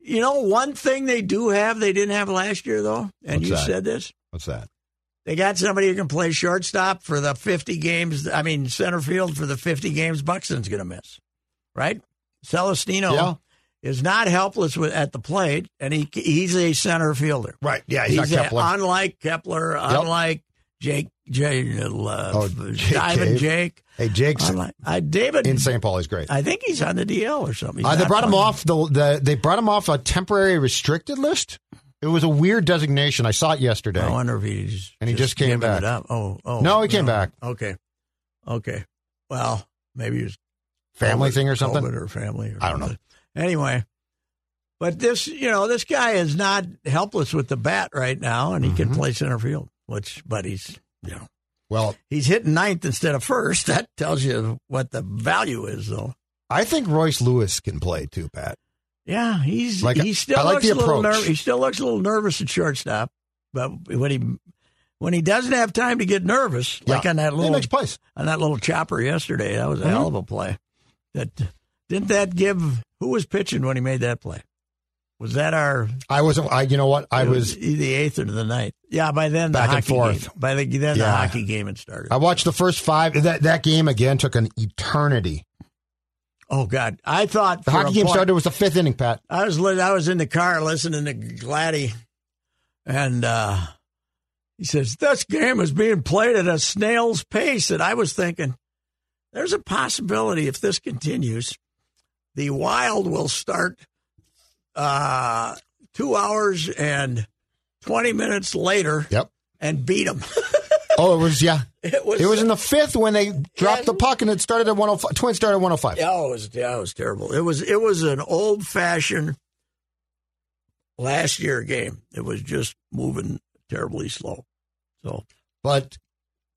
[SPEAKER 1] You know, one thing they do have they didn't have last year though, and
[SPEAKER 3] What's
[SPEAKER 1] you
[SPEAKER 3] that?
[SPEAKER 1] said this.
[SPEAKER 3] What's that?
[SPEAKER 1] They got somebody who can play shortstop for the 50 games. I mean, center field for the 50 games Buxton's going to miss, right? Celestino
[SPEAKER 3] Yeah.
[SPEAKER 1] is not helpless with, at the plate, and he he's a center fielder.
[SPEAKER 3] Right. Yeah. He's,
[SPEAKER 1] He's
[SPEAKER 3] not Kepler.
[SPEAKER 1] a- unlike Kepler, unlike Jake, Jake, uh,
[SPEAKER 3] Oh, Jake
[SPEAKER 1] Diamond
[SPEAKER 3] Cave.
[SPEAKER 1] Jake.
[SPEAKER 3] hey, Jake's
[SPEAKER 1] Unlike, I, David,
[SPEAKER 3] in St. Paul. He's great.
[SPEAKER 1] I think he's on the DL or something. He's
[SPEAKER 3] Uh, they
[SPEAKER 1] not
[SPEAKER 3] brought him
[SPEAKER 1] playing.
[SPEAKER 3] off the, the. They brought him off a temporary restricted list. It was a weird designation. I saw it yesterday.
[SPEAKER 1] Oh, I wonder if he's
[SPEAKER 3] And he just came
[SPEAKER 1] giving
[SPEAKER 3] back.
[SPEAKER 1] it up. Oh, oh,
[SPEAKER 3] No, he came back.
[SPEAKER 1] Okay, okay. Well, maybe he was
[SPEAKER 3] Family
[SPEAKER 1] COVID-
[SPEAKER 3] thing or something.
[SPEAKER 1] COVID or family. Or
[SPEAKER 3] I don't know.
[SPEAKER 1] something. Anyway, but this, you know, this guy is not helpless with the bat right now, and he can
[SPEAKER 3] Mm-hmm.
[SPEAKER 1] play center field. Which, but he's, you know,
[SPEAKER 3] Well,
[SPEAKER 1] he's hitting ninth instead of first. [laughs] That tells you what the value is, though.
[SPEAKER 3] I think Royce Lewis can play too, Pat.
[SPEAKER 1] Yeah, he's
[SPEAKER 3] Like,
[SPEAKER 1] he still
[SPEAKER 3] I like
[SPEAKER 1] looks
[SPEAKER 3] the
[SPEAKER 1] a little
[SPEAKER 3] approach.
[SPEAKER 1] nervous. He still looks a little nervous at shortstop, but when he when he doesn't have time to get nervous, like
[SPEAKER 3] Yeah.
[SPEAKER 1] on that
[SPEAKER 3] He
[SPEAKER 1] little
[SPEAKER 3] makes plays.
[SPEAKER 1] on that little chopper yesterday, that was a hell of a play. That didn't that give who was pitching when he made that play? Was that our?
[SPEAKER 3] I wasn't. I. You know what? I
[SPEAKER 1] it
[SPEAKER 3] was.
[SPEAKER 1] the eighth or the ninth. Yeah, by then the
[SPEAKER 3] Back and
[SPEAKER 1] hockey
[SPEAKER 3] forth.
[SPEAKER 1] Game, by the, then the
[SPEAKER 3] Yeah.
[SPEAKER 1] hockey game had started.
[SPEAKER 3] I watched the first five. That that game again took an eternity.
[SPEAKER 1] oh God, I thought
[SPEAKER 3] The
[SPEAKER 1] for
[SPEAKER 3] hockey
[SPEAKER 1] a
[SPEAKER 3] game
[SPEAKER 1] point-
[SPEAKER 3] started with the fifth inning, Pat.
[SPEAKER 1] I was li- I was in the car listening to Gladdy, and uh, he says this game is being played at a snail's pace, and I was thinking, there's a possibility if this continues, the Wild will start uh, two hours and twenty minutes later
[SPEAKER 3] Yep.
[SPEAKER 1] and beat them.
[SPEAKER 3] Oh, it was yeah.
[SPEAKER 1] [laughs] it was.
[SPEAKER 3] It was in the fifth when they dropped the puck and it started at 105. Twins started at 105.
[SPEAKER 1] Yeah, it was. Yeah, it was terrible. It was. It was an old fashioned last year game. It was just moving terribly slow. So
[SPEAKER 3] But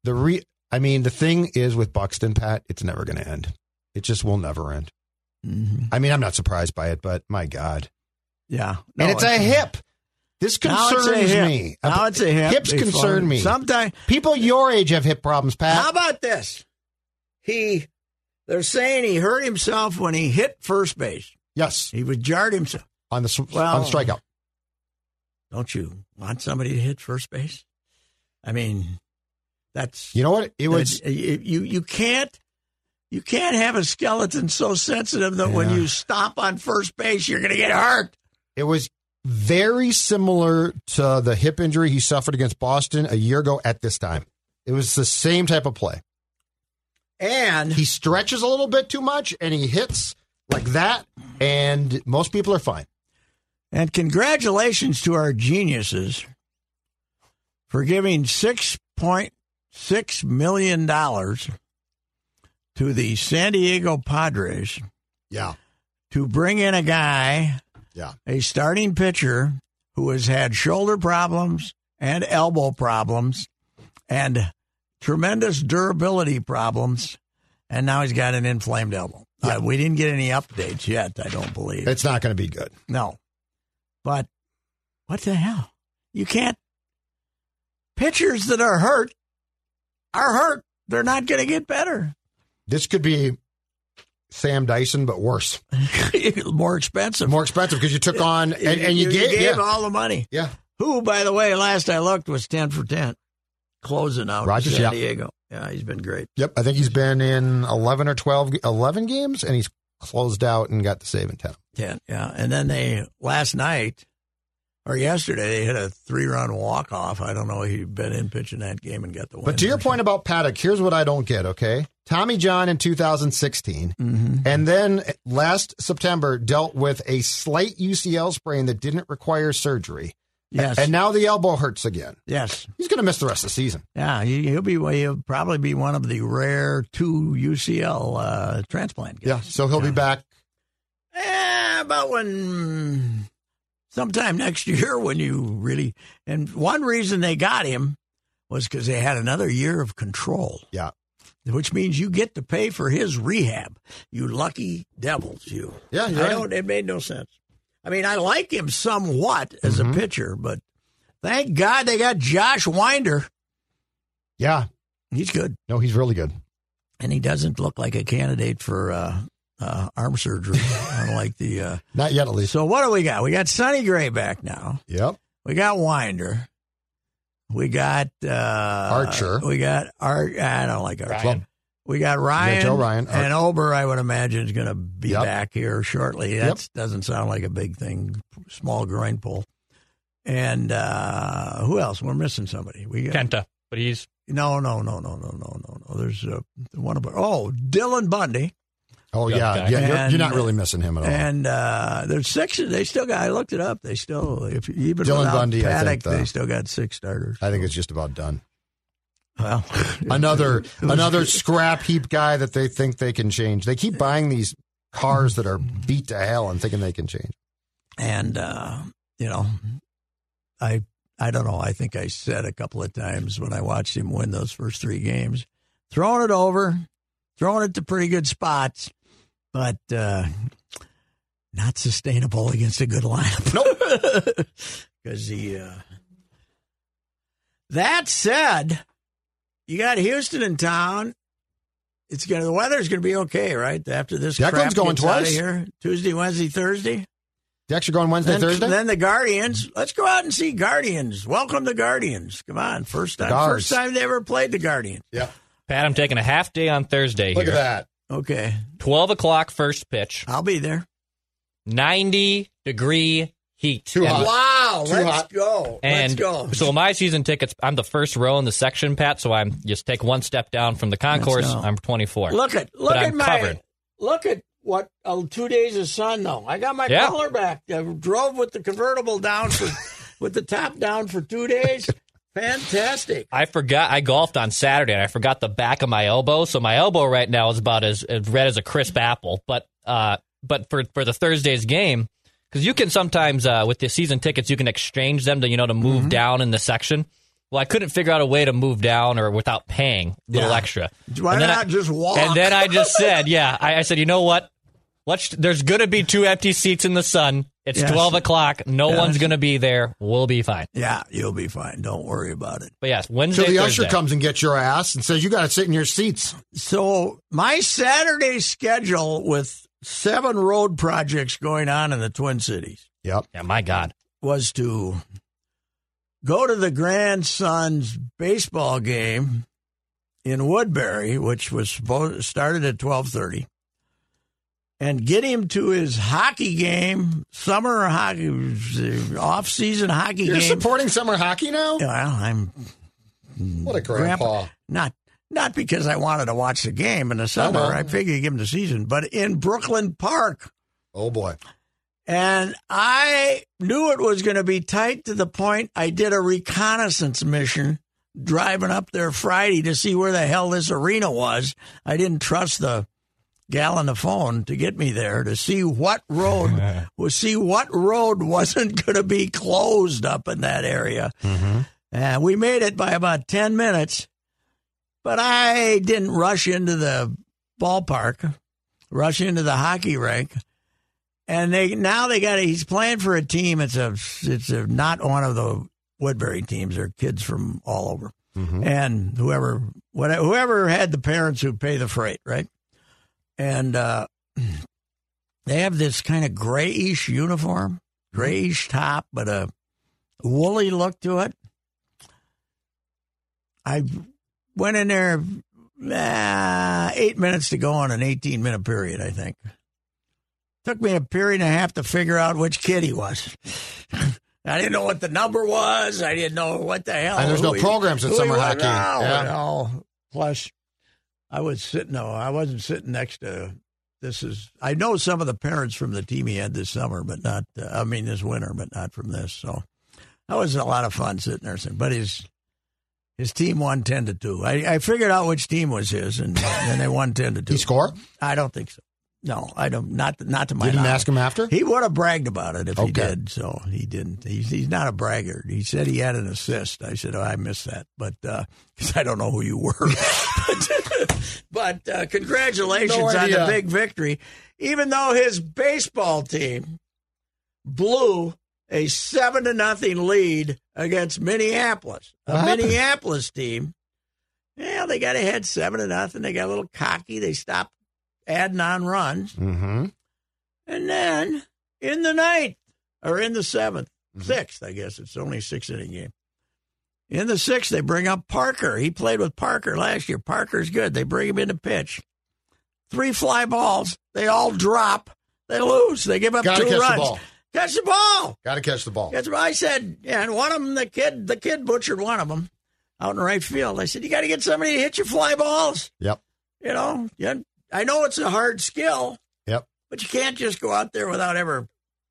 [SPEAKER 3] the re I mean, the thing is with Buxton, Pat, it's never going to end. It just will never end. I mean, I'm not surprised by it, but my God.
[SPEAKER 1] mm-hmm. yeah,
[SPEAKER 3] and it's a hip. This
[SPEAKER 1] Now it's
[SPEAKER 3] concerns
[SPEAKER 1] a hip.
[SPEAKER 3] me.
[SPEAKER 1] Now it's a hip.
[SPEAKER 3] Hips
[SPEAKER 1] They
[SPEAKER 3] concern
[SPEAKER 1] fought.
[SPEAKER 3] me. Uh,
[SPEAKER 1] Sometime.
[SPEAKER 3] People your age have hip problems, Pat.
[SPEAKER 1] How about this? He. They're saying he hurt himself when he hit first base.
[SPEAKER 3] yes,
[SPEAKER 1] He was jarred himself.
[SPEAKER 3] on the s on
[SPEAKER 1] Well-
[SPEAKER 3] the strikeout.
[SPEAKER 1] Don't you want somebody to hit first base? I mean, that's
[SPEAKER 3] You know what? It was.
[SPEAKER 1] That you you- you can't you can't have a skeleton so sensitive that when
[SPEAKER 3] Yeah.
[SPEAKER 1] you stomp on first base you're going to get hurt.
[SPEAKER 3] It was very similar to the hip injury he suffered against Boston a year ago at this time. It was the same type of play.
[SPEAKER 1] And
[SPEAKER 3] He stretches a little bit too much and he hits like that, and most people are fine.
[SPEAKER 1] and congratulations to our geniuses for giving 6.6 million dollars to the San Diego Padres
[SPEAKER 3] Yeah,
[SPEAKER 1] to bring in a guy,
[SPEAKER 3] yeah.
[SPEAKER 1] a starting pitcher who has had shoulder problems and elbow problems and tremendous durability problems, and now he's got an inflamed elbow. Uh, we didn't get any updates yet, I don't believe.
[SPEAKER 3] It's not going to be good.
[SPEAKER 1] no. But what the hell? You can't. Pitchers that are hurt are hurt. They're not going to get better. [laughs]
[SPEAKER 3] This could be Sam Dyson, but [laughs] worse,
[SPEAKER 1] More expensive.
[SPEAKER 3] more expensive because you took [laughs] on and, and you, gave, yeah.
[SPEAKER 1] all the money.
[SPEAKER 3] yeah.
[SPEAKER 1] Who, by the way, last I looked was 10 for 10. closing out
[SPEAKER 3] Rogers,
[SPEAKER 1] San
[SPEAKER 3] yeah.
[SPEAKER 1] Diego. Yeah, he's been great.
[SPEAKER 3] Yep, I think he's been in 11 or 12, g- 11 games, and he's closed out and got the save in 10.
[SPEAKER 1] Ten, yeah. And then they last night or yesterday they hit a three run walk off. I don't know. He'd been in pitching that game and got the win.
[SPEAKER 3] But to your point about Paddock, here's what I don't get, okay? Tommy John in 2016, and then last September dealt with a slight UCL sprain that didn't require surgery.
[SPEAKER 1] yes,
[SPEAKER 3] And now the elbow hurts again.
[SPEAKER 1] yes,
[SPEAKER 3] He's going to miss the rest of the season.
[SPEAKER 1] yeah. he- He'll be he'll probably be one of the rare two UCL uh, transplant guys.
[SPEAKER 3] Yeah, so he'll be back.
[SPEAKER 1] Eh, about when sometime next year when you really and one reason they got him was because they had another year of control
[SPEAKER 3] Yeah.
[SPEAKER 1] which means you get to pay for his rehab you lucky devils you
[SPEAKER 3] Yeah,
[SPEAKER 1] i
[SPEAKER 3] you're right.
[SPEAKER 1] don't it made no sense i mean i like him somewhat as a pitcher but thank god they got josh winder
[SPEAKER 3] Yeah.
[SPEAKER 1] he's good
[SPEAKER 3] No, he's really good.
[SPEAKER 1] and he doesn't look like a candidate for uh, uh, arm surgery unlike the uh,
[SPEAKER 3] Not yet, at least.
[SPEAKER 1] so what do we got we got sonny gray back now
[SPEAKER 3] Yep.
[SPEAKER 1] We got Winder. We got uh,
[SPEAKER 3] Archer.
[SPEAKER 1] We got Ar- I don't like Archer.
[SPEAKER 3] Well,
[SPEAKER 1] We got Ryan.
[SPEAKER 3] Joe Ryan. Ar-
[SPEAKER 1] and Ober. I would imagine is going to be
[SPEAKER 3] Yep.
[SPEAKER 1] back here shortly. That doesn't sound like a big thing. Small groin pull. And uh, who else? We're missing somebody. We got,
[SPEAKER 4] Kenta, but he's
[SPEAKER 1] no, no, no, no, no, no, no, no. There's uh, one of our, oh Dylan Bundy.
[SPEAKER 3] oh,
[SPEAKER 4] Good
[SPEAKER 3] yeah.
[SPEAKER 4] guy.
[SPEAKER 3] Yeah, you're,
[SPEAKER 1] And-
[SPEAKER 3] you're not really missing him at all.
[SPEAKER 1] And uh, there's six. They still got. I looked it up. They still, if even
[SPEAKER 3] Dylan
[SPEAKER 1] without
[SPEAKER 3] Bundy, I think,
[SPEAKER 1] Paddock,
[SPEAKER 3] though.
[SPEAKER 1] they still got six starters.
[SPEAKER 3] I think it's just about done.
[SPEAKER 1] Well, [laughs]
[SPEAKER 3] another
[SPEAKER 1] it was-
[SPEAKER 3] another scrap heap guy that they think they can change. They keep buying these cars that are beat to hell and thinking they can change.
[SPEAKER 1] and uh, you know, I I don't know. I think I said a couple of times when I watched him win those first three games, throwing it over, throwing it to pretty good spots, but uh, not sustainable against a good lineup. [laughs] Nope, because he. Uh... That said, you got Houston in town. It's gonna the weather's gonna be okay, right? After this
[SPEAKER 3] Declan's
[SPEAKER 1] crap
[SPEAKER 3] going
[SPEAKER 1] gets out of
[SPEAKER 3] twice.
[SPEAKER 1] here, Tuesday, Wednesday, Thursday.
[SPEAKER 3] Dex, you're going Wednesday,
[SPEAKER 1] Then,
[SPEAKER 3] Thursday.
[SPEAKER 1] then the Guardians. Let's go out and see Guardians. Welcome the Guardians. Come on, first time,
[SPEAKER 3] Guards.
[SPEAKER 1] first time they ever played the Guardians.
[SPEAKER 3] yeah,
[SPEAKER 4] Pat. I'm taking a half day on Thursday
[SPEAKER 3] look
[SPEAKER 4] here.
[SPEAKER 3] at that.
[SPEAKER 1] Okay,
[SPEAKER 4] Twelve o'clock first pitch.
[SPEAKER 1] I'll be there.
[SPEAKER 4] Ninety degree heat.
[SPEAKER 3] Too
[SPEAKER 4] And-
[SPEAKER 3] hot.
[SPEAKER 1] Wow,
[SPEAKER 3] Too
[SPEAKER 1] let's
[SPEAKER 3] hot.
[SPEAKER 1] go.
[SPEAKER 4] And
[SPEAKER 1] let's go.
[SPEAKER 4] so my season tickets, I'm the first row in the section, Pat. So I'm just take one step down from the concourse.
[SPEAKER 1] go.
[SPEAKER 4] I'm 24.
[SPEAKER 1] look at look at
[SPEAKER 4] I'm
[SPEAKER 1] my
[SPEAKER 4] covered.
[SPEAKER 1] look at what oh, two days of sun though. I got my
[SPEAKER 4] Yeah.
[SPEAKER 1] color back. I drove with the convertible down
[SPEAKER 4] [laughs]
[SPEAKER 1] for with the top down for two days. Fantastic.
[SPEAKER 4] I forgot I golfed on Saturday and I forgot the back of my elbow, so my elbow right now is about as, as red as a crisp apple. But uh, but for for the Thursday's game, because you can sometimes uh, with the season tickets you can exchange them to you know to move
[SPEAKER 1] Mm-hmm.
[SPEAKER 4] down in the section. Well, I couldn't figure out a way to move down or without paying a little
[SPEAKER 1] Yeah.
[SPEAKER 4] extra.
[SPEAKER 1] Why
[SPEAKER 4] And then
[SPEAKER 1] not just walk?
[SPEAKER 4] And then
[SPEAKER 1] [laughs]
[SPEAKER 4] I just said, yeah, I, I said, you know what? Let's. There's gonna be two empty seats in the sun. It's
[SPEAKER 1] Yes.
[SPEAKER 4] 12 o'clock. No
[SPEAKER 1] Yes.
[SPEAKER 4] one's gonna be there. We'll be fine.
[SPEAKER 1] yeah, you'll be fine. Don't worry about it.
[SPEAKER 4] But yes,
[SPEAKER 3] So
[SPEAKER 4] Wednesday.
[SPEAKER 3] the
[SPEAKER 4] Thursday.
[SPEAKER 3] usher comes and gets your ass and says you got to sit in your seats.
[SPEAKER 1] So my Saturday schedule with seven road projects going on in the Twin Cities
[SPEAKER 3] Yep.
[SPEAKER 4] Yeah, my God.
[SPEAKER 1] was to go to the grandson's baseball game in Woodbury, which was supposed started at twelve thirty, and get him to his hockey game, summer hockey, off season hockey
[SPEAKER 3] You're
[SPEAKER 1] game.
[SPEAKER 3] supporting summer hockey now.
[SPEAKER 1] well, I'm
[SPEAKER 3] What a grandpa.
[SPEAKER 1] not not because I wanted to watch the game in the summer.
[SPEAKER 3] well.
[SPEAKER 1] I figured you give him the season, but in Brooklyn Park,
[SPEAKER 3] Oh boy.
[SPEAKER 1] and I knew it was going to be tight to the point I did a reconnaissance mission driving up there Friday to see where the hell this arena was. I didn't trust the gal on the phone to get me there to see what road was see what road wasn't going to be closed up in that area. And we made it by about 10 minutes, but I didn't rush into the ballpark, rush into the hockey rink. And they now they got a, he's playing for a team. It's a it's a, not one of the Woodbury teams. They're kids from all over, and whoever whatever, whoever had the parents who pay the freight, right? And uh, they have this kind of grayish uniform,
[SPEAKER 3] Mm-hmm.
[SPEAKER 1] grayish top, but a woolly look to it. I went in there uh, eight minutes to go on an 18 minute period, I think. Took me a period and a half to figure out which kid he was. [laughs] I didn't know what the number was. I didn't know what the hell.
[SPEAKER 3] And there's
[SPEAKER 1] who
[SPEAKER 3] no
[SPEAKER 1] he-
[SPEAKER 3] programs in
[SPEAKER 1] who he
[SPEAKER 3] summer
[SPEAKER 1] was.
[SPEAKER 3] hockey.
[SPEAKER 1] No,
[SPEAKER 3] Yeah.
[SPEAKER 1] no. Plus, I was sitting. No, I wasn't sitting next to. This is. I know some of the parents from the team he had this summer, but not. Uh, I mean, this winter, but not from this. So that was a lot of fun sitting there. saying, But his his team won ten to two. I, I figured out which team was his, and and they won ten to two.
[SPEAKER 3] He score?
[SPEAKER 1] I don't think so. No, I don't. Not not to my.
[SPEAKER 3] You didn't
[SPEAKER 1] knowledge.
[SPEAKER 3] ask him after?
[SPEAKER 1] He would have bragged about it if he
[SPEAKER 3] Okay.
[SPEAKER 1] did. So he didn't. He's, he's not a braggart. He said he had an assist. I said, oh, I missed that, but [laughs] because I don't know who you were.
[SPEAKER 3] [laughs]
[SPEAKER 1] [laughs] but but uh, congratulations
[SPEAKER 3] No
[SPEAKER 1] on the
[SPEAKER 3] idea.
[SPEAKER 1] big victory. Even though his baseball team blew a seven to nothing lead against Minneapolis, a
[SPEAKER 3] What happened?
[SPEAKER 1] Minneapolis team. Yeah, they got ahead seven to nothing. They got a little cocky. They stopped adding on runs.
[SPEAKER 3] Mm-hmm.
[SPEAKER 1] And then in the ninth, or in the 7th
[SPEAKER 3] Mm-hmm.
[SPEAKER 1] sixth, I guess it's only a six inning game. In the sixth, they bring up Parker. He played with Parker last year. Parker's good. They bring him in to pitch. Three fly balls. They all drop. They lose. They give up
[SPEAKER 3] Gotta
[SPEAKER 1] two
[SPEAKER 3] catch the
[SPEAKER 1] runs.
[SPEAKER 3] ball.
[SPEAKER 1] Catch the ball.
[SPEAKER 3] Got to catch the ball.
[SPEAKER 1] That's what I said. Yeah, and one of them, the kid, the kid butchered one of them out in right field. I said, you got to get somebody to hit your fly balls.
[SPEAKER 3] Yep.
[SPEAKER 1] You know, You- I know it's a hard skill,
[SPEAKER 3] Yep.
[SPEAKER 1] but you can't just go out there without ever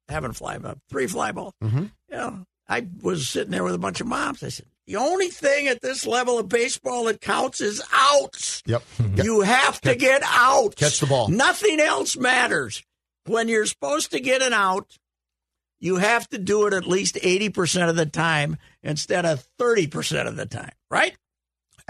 [SPEAKER 1] having fly ball, three fly balls.
[SPEAKER 3] Mhm.
[SPEAKER 1] You know, I was sitting there with a bunch of moms. I said, the only thing at this level of baseball that counts is outs.
[SPEAKER 3] Yep. [laughs]
[SPEAKER 1] You have to get out.
[SPEAKER 3] Catch the ball.
[SPEAKER 1] Nothing else matters. When you're supposed to get an out, you have to do it at least 80% of the time instead of 30% of the time, right?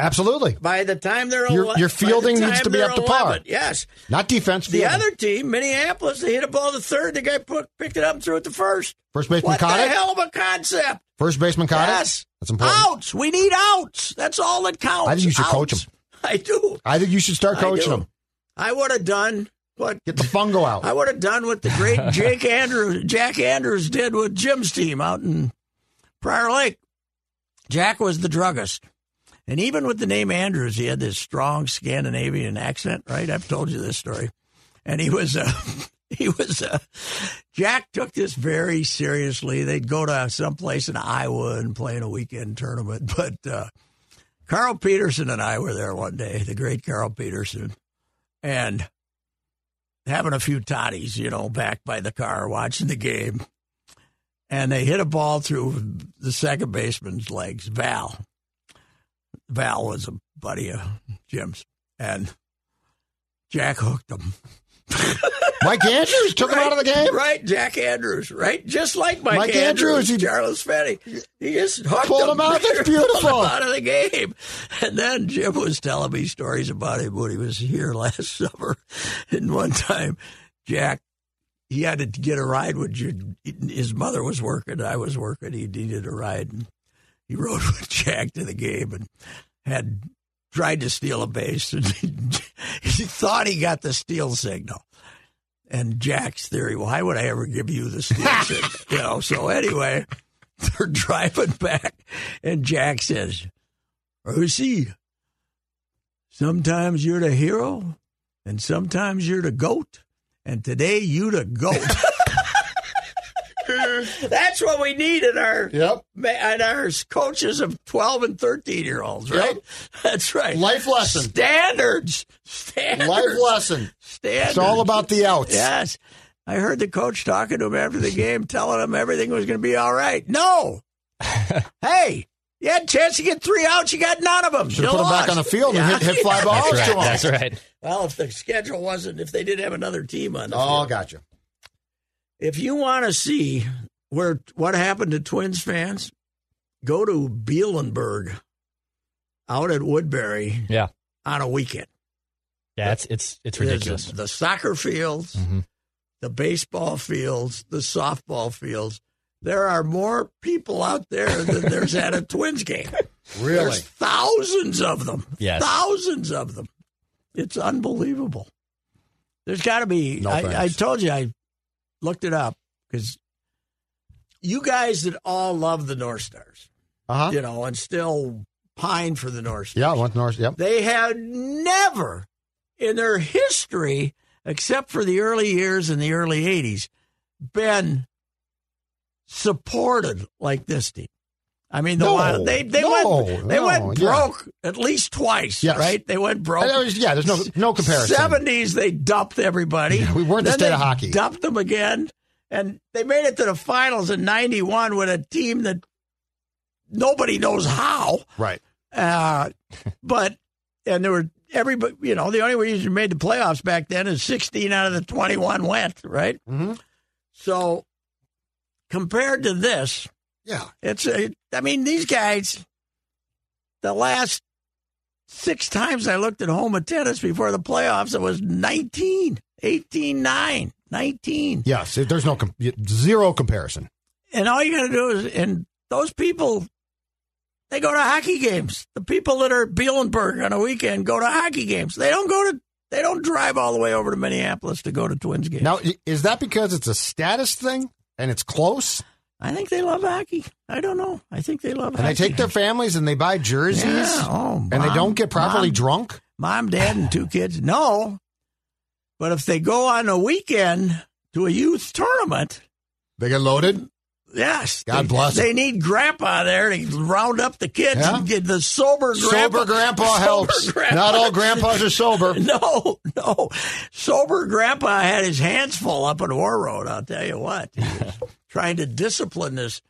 [SPEAKER 3] Absolutely.
[SPEAKER 1] By the time they're
[SPEAKER 3] Your-
[SPEAKER 1] ele-
[SPEAKER 3] your
[SPEAKER 1] by the
[SPEAKER 3] fielding needs
[SPEAKER 1] time
[SPEAKER 3] to be
[SPEAKER 1] they're
[SPEAKER 3] up to par.
[SPEAKER 1] 11, Yes.
[SPEAKER 3] Not defense.
[SPEAKER 1] The
[SPEAKER 3] fielding.
[SPEAKER 1] other team, Minneapolis, they hit a ball to third. The guy put, picked it up and threw it to first.
[SPEAKER 3] first baseman
[SPEAKER 1] What the
[SPEAKER 3] caught it.
[SPEAKER 1] hell of a concept?
[SPEAKER 3] First baseman caught
[SPEAKER 1] Yes.
[SPEAKER 3] it. That's important.
[SPEAKER 1] Outs. We need outs. That's all that counts.
[SPEAKER 3] I think you should coach
[SPEAKER 1] Outs.
[SPEAKER 3] 'em.
[SPEAKER 1] [laughs] I do.
[SPEAKER 3] I think you should start
[SPEAKER 1] I
[SPEAKER 3] coaching
[SPEAKER 1] do.
[SPEAKER 3] them.
[SPEAKER 1] I would have done what
[SPEAKER 3] Get the fungo out.
[SPEAKER 1] I would have done what the great Jake Andrews, Jack Andrews did with Jim's team out in Prior Lake. Jack was the druggist. And even with the name Andrews, he had this strong Scandinavian accent, right? I've told you this story. And he was uh [laughs] he was uh Jack took this very seriously. They'd go to someplace in Iowa and play in a weekend tournament, [laughs] but uh Carl Peterson and I were there one day, the great Carl Peterson. And having a few toddies, you know, back by the car watching the game. And they hit a ball through the second baseman's legs, Val. Val was a buddy of Jim's. And Jack hooked him.
[SPEAKER 3] Mike Andrews took him out of the game.
[SPEAKER 1] Right, Jack Andrews, right? Just like Mike,
[SPEAKER 3] Mike Andrews,
[SPEAKER 1] Andrews,
[SPEAKER 3] he-
[SPEAKER 1] Charles Fetty. He just hooked
[SPEAKER 3] Pulled him out. That's beautiful.
[SPEAKER 1] Pulled him out of the game. And then Jim was telling me stories about him when he was here [laughs] last summer. And one time, Jack, he had to get a ride with Ju- his mother was working. I was working. He needed a ride. And he rode [laughs] with Jack to the game and had tried to steal a base. [laughs] And he thought he got the steal signal and Jack's theory. Why would I ever give you the steal
[SPEAKER 3] [laughs]
[SPEAKER 1] signal? you know. So anyway, they're driving back, and Jack says, "Oh, see, sometimes you're the hero, and sometimes you're the goat, and today you the
[SPEAKER 3] [laughs]
[SPEAKER 1] goat." [laughs] That's what we need in our
[SPEAKER 3] Yep.
[SPEAKER 1] ma- in our coaches of twelve and thirteen year olds, right?
[SPEAKER 3] Yep.
[SPEAKER 1] That's right.
[SPEAKER 3] Life lesson.
[SPEAKER 1] standards, standards,
[SPEAKER 3] Life lesson.
[SPEAKER 1] standards.
[SPEAKER 3] It's all about the outs.
[SPEAKER 1] Yes. I heard the coach talking to him after the
[SPEAKER 3] [laughs]
[SPEAKER 1] game, telling him everything was going to be all right. No. hey, you had a chance to get three outs. You got none of them.
[SPEAKER 3] Should have put him back on the field and hit, hit fly balls
[SPEAKER 4] That's
[SPEAKER 3] to
[SPEAKER 4] right.
[SPEAKER 3] him.
[SPEAKER 4] That's right.
[SPEAKER 1] Well, if the schedule wasn't, if they did have another team on the
[SPEAKER 3] Oh,
[SPEAKER 1] field.
[SPEAKER 3] gotcha.
[SPEAKER 1] If you want to see where what happened to Twins fans, go to Bielenberg out at Woodbury
[SPEAKER 4] Yeah.
[SPEAKER 1] on a weekend.
[SPEAKER 4] Yeah. It's it's it's
[SPEAKER 1] There's
[SPEAKER 4] ridiculous.
[SPEAKER 1] The soccer fields,
[SPEAKER 4] Mhm.
[SPEAKER 1] the baseball fields, the softball fields. There are more people out there than there's at a Twins game.
[SPEAKER 3] Really?
[SPEAKER 1] There's thousands of them.
[SPEAKER 4] Yes.
[SPEAKER 1] Thousands of them. It's unbelievable. There's got to be.
[SPEAKER 3] No thanks.
[SPEAKER 1] I, I told you I looked it up because you guys that all love the North Stars,
[SPEAKER 3] Uh huh.
[SPEAKER 1] you know, and still pined for the North Stars.
[SPEAKER 3] Yeah, went north. Yep.
[SPEAKER 1] They had never in their history, except for the early years in the early 80s, been supported like this team. I mean, the
[SPEAKER 3] No,
[SPEAKER 1] Wild- they they
[SPEAKER 3] no,
[SPEAKER 1] went they
[SPEAKER 3] no,
[SPEAKER 1] went
[SPEAKER 3] yeah.
[SPEAKER 1] broke at least twice,
[SPEAKER 3] Yes.
[SPEAKER 1] right? They went broke.
[SPEAKER 3] And there was- yeah, there's no no comparison.
[SPEAKER 1] Seventies, they dumped everybody.
[SPEAKER 3] Yeah, we weren't the
[SPEAKER 1] Then
[SPEAKER 3] state of
[SPEAKER 1] they
[SPEAKER 3] hockey.
[SPEAKER 1] Dumped them again, and they made it to the finals in '91 with a team that nobody knows how.
[SPEAKER 3] Right.
[SPEAKER 1] Uh, but and there were everybody, you know, the only reason you made the playoffs back then is 16 out of the 21 went right.
[SPEAKER 3] hmm
[SPEAKER 1] So compared to this,
[SPEAKER 3] Yeah.
[SPEAKER 1] it's a, I mean, these guys, the last six times I looked at home attendance before the playoffs, it was 19, 18, 9, 19.
[SPEAKER 3] Yes. There's no com- zero comparison.
[SPEAKER 1] And all you got to do is, and those people, they go to hockey games. The people that are at Bielenberg on a weekend go to hockey games. They don't go to, they don't drive all the way over to Minneapolis to go to Twins games.
[SPEAKER 3] Now, i- is that because it's a status thing and it's close,
[SPEAKER 1] I think they love hockey. I don't know. I think they love
[SPEAKER 3] and
[SPEAKER 1] hockey.
[SPEAKER 3] they take their families and they buy jerseys,
[SPEAKER 1] Yeah. Oh,
[SPEAKER 3] and they
[SPEAKER 1] Mom,
[SPEAKER 3] don't get properly
[SPEAKER 1] Mom.
[SPEAKER 3] drunk?
[SPEAKER 1] mom, dad, and two kids? No. But if they go on a weekend to a youth tournament,
[SPEAKER 3] They get loaded.
[SPEAKER 1] yes.
[SPEAKER 3] God
[SPEAKER 1] they,
[SPEAKER 3] bless 'em.
[SPEAKER 1] They need grandpa there to round up the kids
[SPEAKER 3] Yeah.
[SPEAKER 1] and get the sober grandpa.
[SPEAKER 3] sober grandpa
[SPEAKER 1] sober [laughs]
[SPEAKER 3] helps.
[SPEAKER 1] grandpa.
[SPEAKER 3] Not all grandpas are sober.
[SPEAKER 1] [laughs] No, no. Sober grandpa had his hands full up in War Road, I'll tell you what. He
[SPEAKER 3] [laughs]
[SPEAKER 1] was trying to discipline this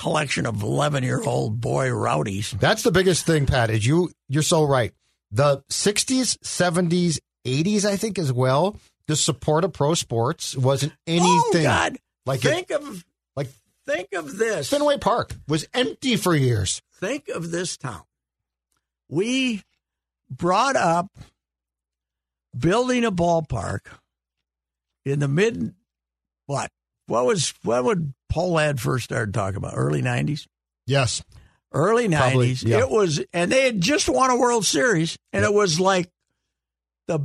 [SPEAKER 1] collection of 11 year old boy rowdies.
[SPEAKER 3] That's the biggest thing, Pat. Is you you're so right. The 60s, 70s, 80s, I think as well. The support of pro sports wasn't anything
[SPEAKER 1] Oh, God.
[SPEAKER 3] like
[SPEAKER 1] think of
[SPEAKER 3] like
[SPEAKER 1] think of this.
[SPEAKER 3] Fenway Park was empty for years.
[SPEAKER 1] think of this town. We brought up building a ballpark in the mid what? What was when would Polad first started talking about? Early nineties?
[SPEAKER 3] Yes,
[SPEAKER 1] Early
[SPEAKER 3] Probably,
[SPEAKER 1] nineties.
[SPEAKER 3] yeah.
[SPEAKER 1] It was and they had just won a World Series and it was like the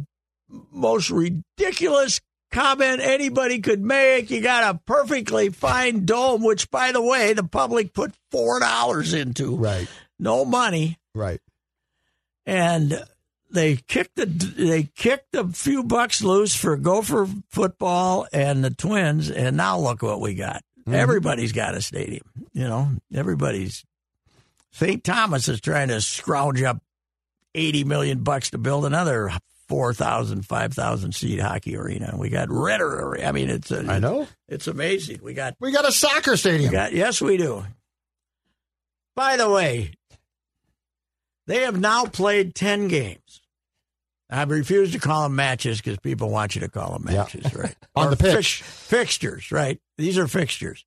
[SPEAKER 1] most ridiculous comment anybody could make. You got a perfectly fine dome, which by the way, the public put four dollars into
[SPEAKER 3] right,
[SPEAKER 1] no money,
[SPEAKER 3] right.
[SPEAKER 1] and they kicked the they kicked a few bucks loose for Gopher football and the Twins, and now look what we got.
[SPEAKER 3] Mm-hmm.
[SPEAKER 1] Everybody's got a stadium, you know. Everybody's St. Thomas is trying to scrounge up eighty million bucks to build another. 4,000, 5,000 seat hockey arena. We got Ritter. I mean, it's a,
[SPEAKER 3] I know.
[SPEAKER 1] It's amazing. We got
[SPEAKER 3] We got a soccer stadium.
[SPEAKER 1] God, yes, we do. By the way, they have now played 10 games. I refuse to call them matches because people want you to call them
[SPEAKER 3] Yeah.
[SPEAKER 1] matches, right?
[SPEAKER 3] [laughs] On
[SPEAKER 1] Or
[SPEAKER 3] the pitch.
[SPEAKER 1] fixtures, right? These are fixtures.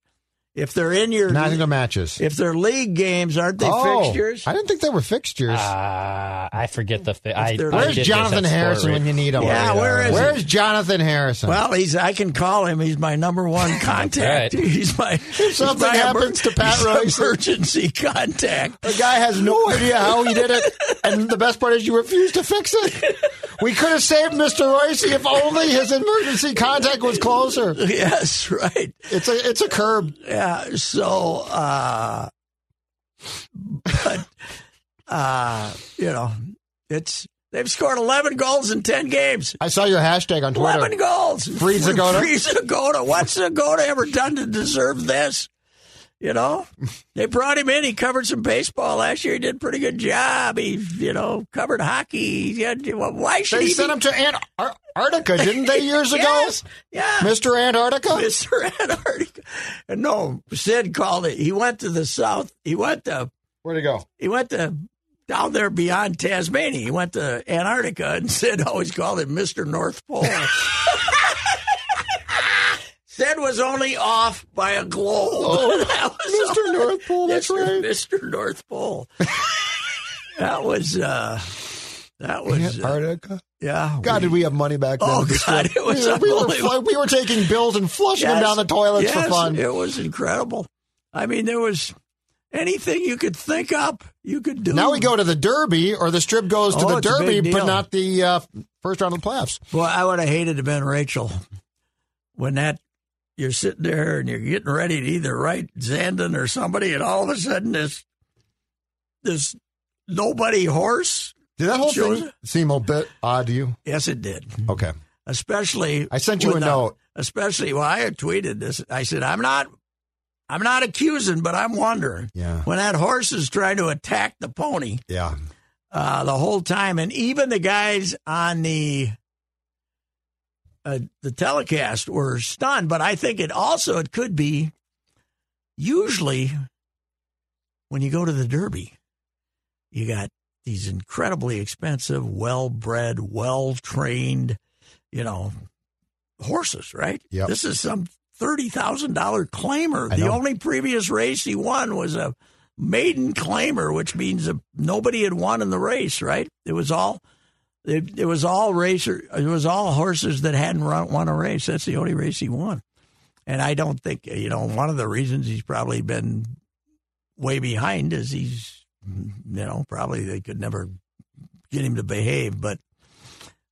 [SPEAKER 1] If they're in your
[SPEAKER 3] Not in the matches.
[SPEAKER 1] if they're league games, aren't they Ah.
[SPEAKER 3] Oh,
[SPEAKER 1] fixtures?
[SPEAKER 3] I didn't think they were fixtures.
[SPEAKER 4] Uh, I forget the. Fi- I,
[SPEAKER 1] If they're-
[SPEAKER 4] I
[SPEAKER 3] Where's
[SPEAKER 4] did this
[SPEAKER 3] Jonathan
[SPEAKER 4] at Sport
[SPEAKER 3] Harrison
[SPEAKER 4] Rate.
[SPEAKER 3] when you need him?
[SPEAKER 1] Yeah, where is he?
[SPEAKER 3] Where's Jonathan Harrison?
[SPEAKER 1] Well, he's I can call him. He's my number
[SPEAKER 3] [laughs]
[SPEAKER 1] one contact. [laughs]
[SPEAKER 4] right.
[SPEAKER 1] He's my if
[SPEAKER 3] something happens to Pat Royce-
[SPEAKER 1] emergency [laughs] contact.
[SPEAKER 3] The guy has no idea how he did it, and the best part is you refuse to fix it. We could have saved Mr. Royce if only his emergency contact was closer.
[SPEAKER 1] Yes, right.
[SPEAKER 3] It's a it's a curb.
[SPEAKER 1] Yeah. So, uh, but uh, you know, it's they've scored eleven goals in ten games.
[SPEAKER 3] I saw your hashtag on
[SPEAKER 1] Eleven
[SPEAKER 3] Twitter.
[SPEAKER 1] goals.
[SPEAKER 3] Free Zagota?
[SPEAKER 1] Free Zagota. What's Zagota ever done to deserve this? You know, they brought him in. He covered some baseball last year. He did a pretty good job. He, you know, covered hockey. He had- Why should
[SPEAKER 3] They
[SPEAKER 1] he
[SPEAKER 3] sent
[SPEAKER 1] be-
[SPEAKER 3] him to Antarctica, didn't they, years
[SPEAKER 1] [laughs]
[SPEAKER 3] ago?
[SPEAKER 1] Yes, yeah.
[SPEAKER 3] Mr. Antarctica?
[SPEAKER 1] [laughs] Mr. Antarctica. And no, Sid called it. He went to the south. He went to
[SPEAKER 3] Where'd he go?
[SPEAKER 1] he went to down there beyond Tasmania. He went to Antarctica, and [laughs] Sid always called him Mister North
[SPEAKER 3] [laughs]
[SPEAKER 1] Pole. Sid was only off by a globe. [laughs] That was
[SPEAKER 3] Mr.
[SPEAKER 1] all.
[SPEAKER 3] Oh, North Pole, that's right.
[SPEAKER 1] Mr. North
[SPEAKER 3] [laughs]
[SPEAKER 1] Pole. that was uh, that was uh,
[SPEAKER 3] Antarctica?
[SPEAKER 1] yeah.
[SPEAKER 3] God, did we have money back then?
[SPEAKER 1] Oh,
[SPEAKER 3] This
[SPEAKER 1] God,
[SPEAKER 3] was-
[SPEAKER 1] it was
[SPEAKER 3] we, we, were,
[SPEAKER 1] unbelievable.
[SPEAKER 3] fl- we were taking bills and flushing them
[SPEAKER 1] Yes.
[SPEAKER 3] down the toilets
[SPEAKER 1] Yes,
[SPEAKER 3] for fun.
[SPEAKER 1] It was incredible. I mean, there was anything you could think up, you could do.
[SPEAKER 3] Now we go to the Derby, or the strip goes to
[SPEAKER 1] Oh,
[SPEAKER 3] the
[SPEAKER 1] it's a
[SPEAKER 3] Derby,
[SPEAKER 1] big
[SPEAKER 3] but
[SPEAKER 1] deal.
[SPEAKER 3] not the uh, first round of the playoffs.
[SPEAKER 1] Well, I would have hated to been Rachel when that you're sitting there and you're getting ready to either write Zandon or somebody, and all of a sudden this this nobody horse?
[SPEAKER 3] Did that whole
[SPEAKER 1] Joseph?
[SPEAKER 3] thing seem a bit odd to you?
[SPEAKER 1] Yes, it did.
[SPEAKER 3] Okay.
[SPEAKER 1] Especially,
[SPEAKER 3] I sent you a
[SPEAKER 1] with the-
[SPEAKER 3] note.
[SPEAKER 1] Especially, well, I had tweeted this. I said, "I'm not, I'm not accusing, but I'm wondering."
[SPEAKER 3] Yeah.
[SPEAKER 1] When that horse is trying to attack the pony,
[SPEAKER 3] Yeah.
[SPEAKER 1] uh, the whole time, and even the guys on the uh, the telecast were stunned. But I think it also it could be usually when you go to the Derby, you got these incredibly expensive, well-bred, well-trained, you know, horses. Right?
[SPEAKER 3] Yep.
[SPEAKER 1] This is some thirty thousand dollar claimer.
[SPEAKER 3] I
[SPEAKER 1] The
[SPEAKER 3] know.
[SPEAKER 1] only previous race he won was a maiden claimer, which means that nobody had won in the race, right? It was all it, it was all racer it was all horses that hadn't run, won a race. That's the only race he won. And I don't think you know one of the reasons he's probably been way behind is he's you know probably they could never get him to behave, but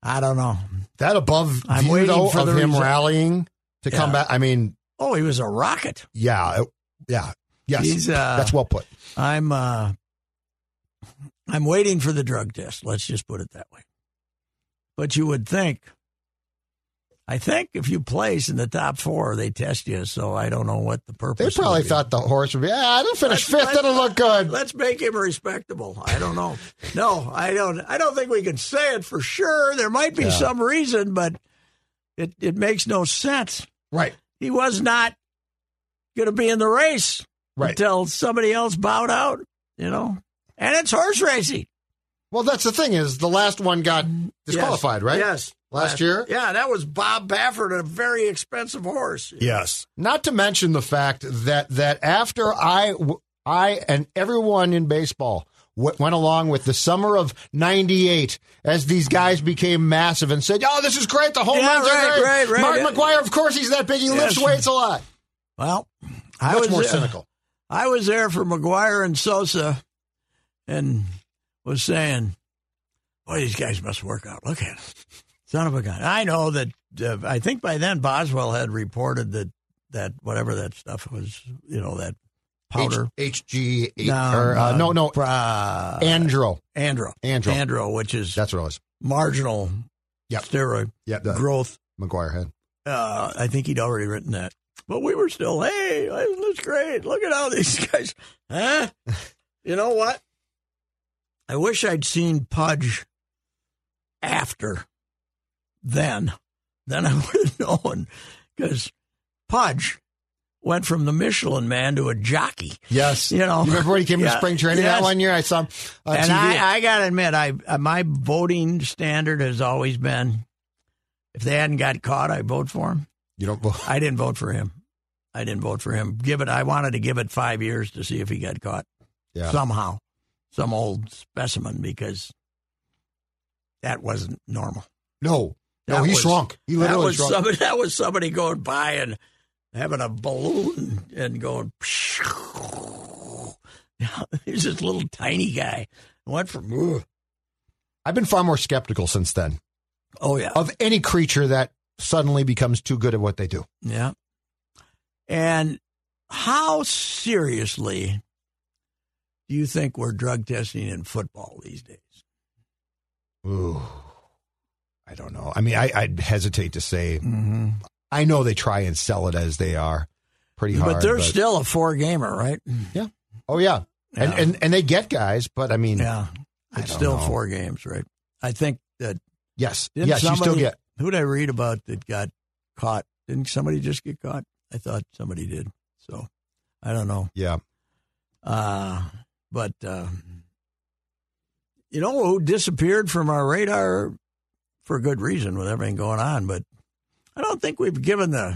[SPEAKER 1] I don't know.
[SPEAKER 3] That above
[SPEAKER 1] I'm
[SPEAKER 3] view
[SPEAKER 1] waiting
[SPEAKER 3] though
[SPEAKER 1] for
[SPEAKER 3] of
[SPEAKER 1] the
[SPEAKER 3] him
[SPEAKER 1] result.
[SPEAKER 3] rallying to come
[SPEAKER 1] Yeah.
[SPEAKER 3] back. I mean,
[SPEAKER 1] Oh, he was a rocket.
[SPEAKER 3] yeah, it- yeah, yes,
[SPEAKER 1] He's, uh,
[SPEAKER 3] that's well put.
[SPEAKER 1] I'm uh I'm waiting for the drug test. Let's just put it that way. But you would think I think if you place in the top 4 they test you, so I don't know what the
[SPEAKER 3] They
[SPEAKER 1] purpose
[SPEAKER 3] probably
[SPEAKER 1] would be.
[SPEAKER 3] thought the horse would be. Ah, I didn't finish
[SPEAKER 1] Let's-
[SPEAKER 3] fifth. That'll look good.
[SPEAKER 1] Let's make him respectable. I don't know. no, I don't I don't think we can say it for sure. There might be
[SPEAKER 3] Yeah.
[SPEAKER 1] some reason, but it it makes no sense.
[SPEAKER 3] Right,
[SPEAKER 1] He was not going to be in the race
[SPEAKER 3] right.
[SPEAKER 1] until somebody else bowed out, you know. And it's horse racing.
[SPEAKER 3] Well, that's the thing is the last one got disqualified,
[SPEAKER 1] Yes.
[SPEAKER 3] right?
[SPEAKER 1] Yes.
[SPEAKER 3] Last year?
[SPEAKER 1] Yeah, that was Bob Baffert, a very expensive horse.
[SPEAKER 3] Yes. Not to mention the fact that that after I w- I and everyone in baseball w- went along with the summer of 98 as these guys became massive and said, "Oh, this is great. The home
[SPEAKER 1] Yeah,
[SPEAKER 3] runs are
[SPEAKER 1] right,
[SPEAKER 3] great."
[SPEAKER 1] right, right.
[SPEAKER 3] Mark
[SPEAKER 1] Yeah.
[SPEAKER 3] McGuire, of course he's that big. He lifts
[SPEAKER 1] Yes.
[SPEAKER 3] weights a lot.
[SPEAKER 1] Well, I
[SPEAKER 3] Much
[SPEAKER 1] was uh,
[SPEAKER 3] more
[SPEAKER 1] there-
[SPEAKER 3] cynical.
[SPEAKER 1] I was there for McGuire and Sosa, and was saying, "Boy, these guys must work out. Look at them, son of a gun." I know that. Uh, I think by then Boswell had reported that that whatever that stuff was, you know, that powder.
[SPEAKER 3] H- HG or, uh, no, no,
[SPEAKER 1] uh,
[SPEAKER 3] Andro.
[SPEAKER 1] Andro,
[SPEAKER 3] Andro.
[SPEAKER 1] Andro, which is
[SPEAKER 3] That's what it was.
[SPEAKER 1] marginal
[SPEAKER 3] Yep.
[SPEAKER 1] steroid
[SPEAKER 3] Yeah, the
[SPEAKER 1] growth
[SPEAKER 3] McGuire had.
[SPEAKER 1] uh, I think he'd already written that. But we were still, hey, isn't this great? Look at how these [laughs] guys, huh? You know what? I wish I'd seen Pudge after then. Then I [laughs] would have known because Pudge went from the Michelin man to a jockey.
[SPEAKER 3] Yes.
[SPEAKER 1] You know.
[SPEAKER 3] remember when he came to
[SPEAKER 1] Yeah.
[SPEAKER 3] spring training
[SPEAKER 1] Yes.
[SPEAKER 3] that one year? I saw him on
[SPEAKER 1] and
[SPEAKER 3] TV.
[SPEAKER 1] I, I gotta admit, I uh, my voting standard has always been if they hadn't got caught, I vote for him.
[SPEAKER 3] you don't
[SPEAKER 1] I didn't vote for him. I didn't vote for him. Give it. I wanted to give it five years to see if he got caught
[SPEAKER 3] Yeah.
[SPEAKER 1] somehow, some old specimen because that wasn't normal.
[SPEAKER 3] No. No,
[SPEAKER 1] That
[SPEAKER 3] he
[SPEAKER 1] was-
[SPEAKER 3] shrunk. He
[SPEAKER 1] that
[SPEAKER 3] literally
[SPEAKER 1] was
[SPEAKER 3] shrunk.
[SPEAKER 1] somebody. [laughs] That was somebody going by and having a balloon and going. [laughs] He's this little tiny guy. Went from "Ugh."
[SPEAKER 3] I've been far more skeptical since then
[SPEAKER 1] oh yeah
[SPEAKER 3] of any creature that suddenly becomes too good at what they do.
[SPEAKER 1] Yeah. And how seriously do you think we're drug testing in football these days?
[SPEAKER 3] Ooh. I don't know. I mean, I, I'd hesitate to say.
[SPEAKER 1] Mm-hmm.
[SPEAKER 3] I know they try and sell it as they are pretty hard.
[SPEAKER 1] But they're still a four gamer, right?
[SPEAKER 3] Oh, yeah. And,
[SPEAKER 1] Yeah.
[SPEAKER 3] and and they get guys, but I mean,
[SPEAKER 1] Yeah.
[SPEAKER 3] I
[SPEAKER 1] It's
[SPEAKER 3] don't
[SPEAKER 1] still
[SPEAKER 3] know.
[SPEAKER 1] four games, right? I think that
[SPEAKER 3] yes.
[SPEAKER 1] Didn't
[SPEAKER 3] yes, you
[SPEAKER 1] somebody-
[SPEAKER 3] still get.
[SPEAKER 1] who did I read about that got caught? Didn't somebody just get caught? I thought somebody did. So I don't know.
[SPEAKER 3] Yeah.
[SPEAKER 1] Uh, but uh, you know who disappeared from our radar for good reason with everything going on. But I don't think we've given the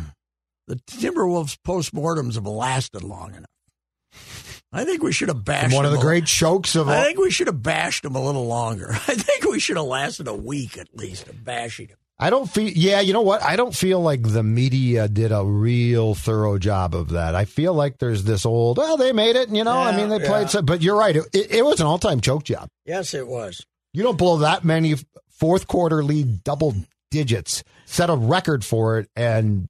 [SPEAKER 1] the Timberwolves postmortems have lasted long enough. I think we should have
[SPEAKER 3] And
[SPEAKER 1] bashed
[SPEAKER 3] one of
[SPEAKER 1] them
[SPEAKER 3] the
[SPEAKER 1] a-
[SPEAKER 3] great chokes of
[SPEAKER 1] I
[SPEAKER 3] all.
[SPEAKER 1] think we should have bashed them a little longer. [laughs] I think we should have lasted a week at least of bashing them.
[SPEAKER 3] I don't feel. Yeah, you know what? I don't feel like the media did a real thorough job of that. I feel like there's this old. Oh, they made it. and, You know, I
[SPEAKER 1] Yeah,
[SPEAKER 3] mean, they
[SPEAKER 1] yeah.
[SPEAKER 3] played. So, but you're right. It, it, it was an all-time choke job.
[SPEAKER 1] Yes, it was.
[SPEAKER 3] You don't blow that many f- fourth quarter lead double digits. Set a record for it and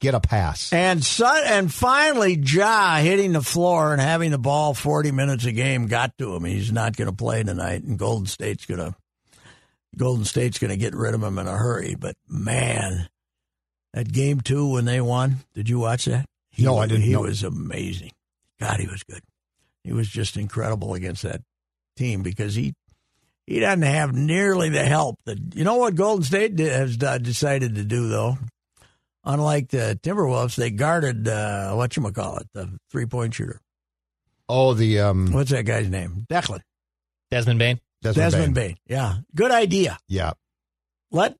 [SPEAKER 3] get a pass.
[SPEAKER 1] And son, and finally, Ja hitting the floor and having the ball 40 minutes a game got to him. He's not going to play tonight, and Golden State's going to Golden State's going to get rid of him in a hurry. But man, that game two when they won, did you watch that? He,
[SPEAKER 3] No, I
[SPEAKER 1] was-
[SPEAKER 3] didn't,
[SPEAKER 1] He
[SPEAKER 3] no.
[SPEAKER 1] was amazing. God, he was good. He was just incredible against that team because he he doesn't have nearly the help that you know what Golden State did, has uh, decided to do though. Unlike the Timberwolves, they guarded uh, what you call it, the three point shooter.
[SPEAKER 3] Oh, the um,
[SPEAKER 1] What's that guy's name? Declan
[SPEAKER 4] Desmond Bain.
[SPEAKER 3] Desmond,
[SPEAKER 1] Desmond
[SPEAKER 3] Bain.
[SPEAKER 1] Bain. Yeah, good idea.
[SPEAKER 3] Yeah,
[SPEAKER 1] Let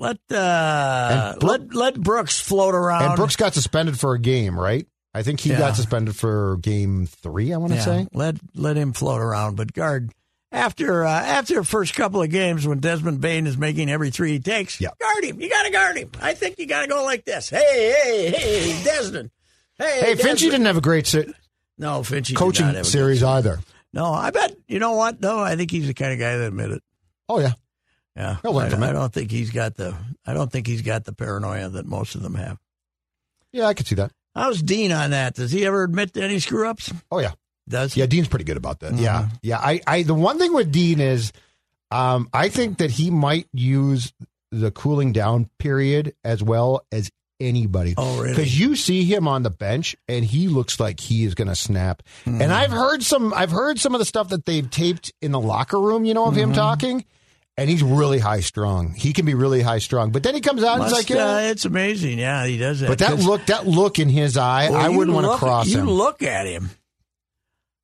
[SPEAKER 1] let uh,
[SPEAKER 3] And Brook-
[SPEAKER 1] let let Brooks float around.
[SPEAKER 3] and Brooks got suspended for a game, right? I think he
[SPEAKER 1] Um, Yeah.
[SPEAKER 3] got suspended for game three. I want to
[SPEAKER 1] Yeah,
[SPEAKER 3] say.
[SPEAKER 1] let let him float around, but guard after uh, after the first couple of games when Desmond Bain is making every three he takes,
[SPEAKER 3] Yeah.
[SPEAKER 1] guard him. You got to guard him. I think you got to go like this. Hey, hey, hey, Desmond. Hey,
[SPEAKER 3] Hey,
[SPEAKER 1] Desmond.
[SPEAKER 3] Finchie didn't have a great se-
[SPEAKER 1] No, Finchie did not have a
[SPEAKER 3] coaching
[SPEAKER 1] good
[SPEAKER 3] series
[SPEAKER 1] season.
[SPEAKER 3] either.
[SPEAKER 1] No, I bet you know what though. I think he's the kind of guy that admit it.
[SPEAKER 3] Oh yeah,
[SPEAKER 1] Yeah,
[SPEAKER 3] He'll learn
[SPEAKER 1] I,
[SPEAKER 3] from it.
[SPEAKER 1] I don't think he's got the. I don't think he's got the paranoia that most of them have.
[SPEAKER 3] yeah, I could see that.
[SPEAKER 1] How's Dean on that? Does he ever admit to any screw ups?
[SPEAKER 3] Oh yeah,
[SPEAKER 1] Does he?
[SPEAKER 3] yeah. Dean's pretty good about that.
[SPEAKER 1] Mm-hmm.
[SPEAKER 3] Yeah, yeah. I, I, the one thing with Dean is, um, I think that he might use the cooling down period as well as anybody.
[SPEAKER 1] Oh, really?
[SPEAKER 3] Because you see him on the bench and he looks like he is going to snap.
[SPEAKER 1] Mm.
[SPEAKER 3] And I've heard some, I've heard some of the stuff that they've taped in the locker room. You know of
[SPEAKER 1] Mm-hmm.
[SPEAKER 3] him talking. And he's really high strung. He can be really high strung, but then he comes out and
[SPEAKER 1] Must,
[SPEAKER 3] it's like, yeah.
[SPEAKER 1] uh, it's amazing. Yeah, he does that.
[SPEAKER 3] but that
[SPEAKER 1] 'Cause-
[SPEAKER 3] look, that look in his eye,
[SPEAKER 1] Well,
[SPEAKER 3] I
[SPEAKER 1] you
[SPEAKER 3] wouldn't want to
[SPEAKER 1] look-
[SPEAKER 3] cross
[SPEAKER 1] you
[SPEAKER 3] him.
[SPEAKER 1] look at him,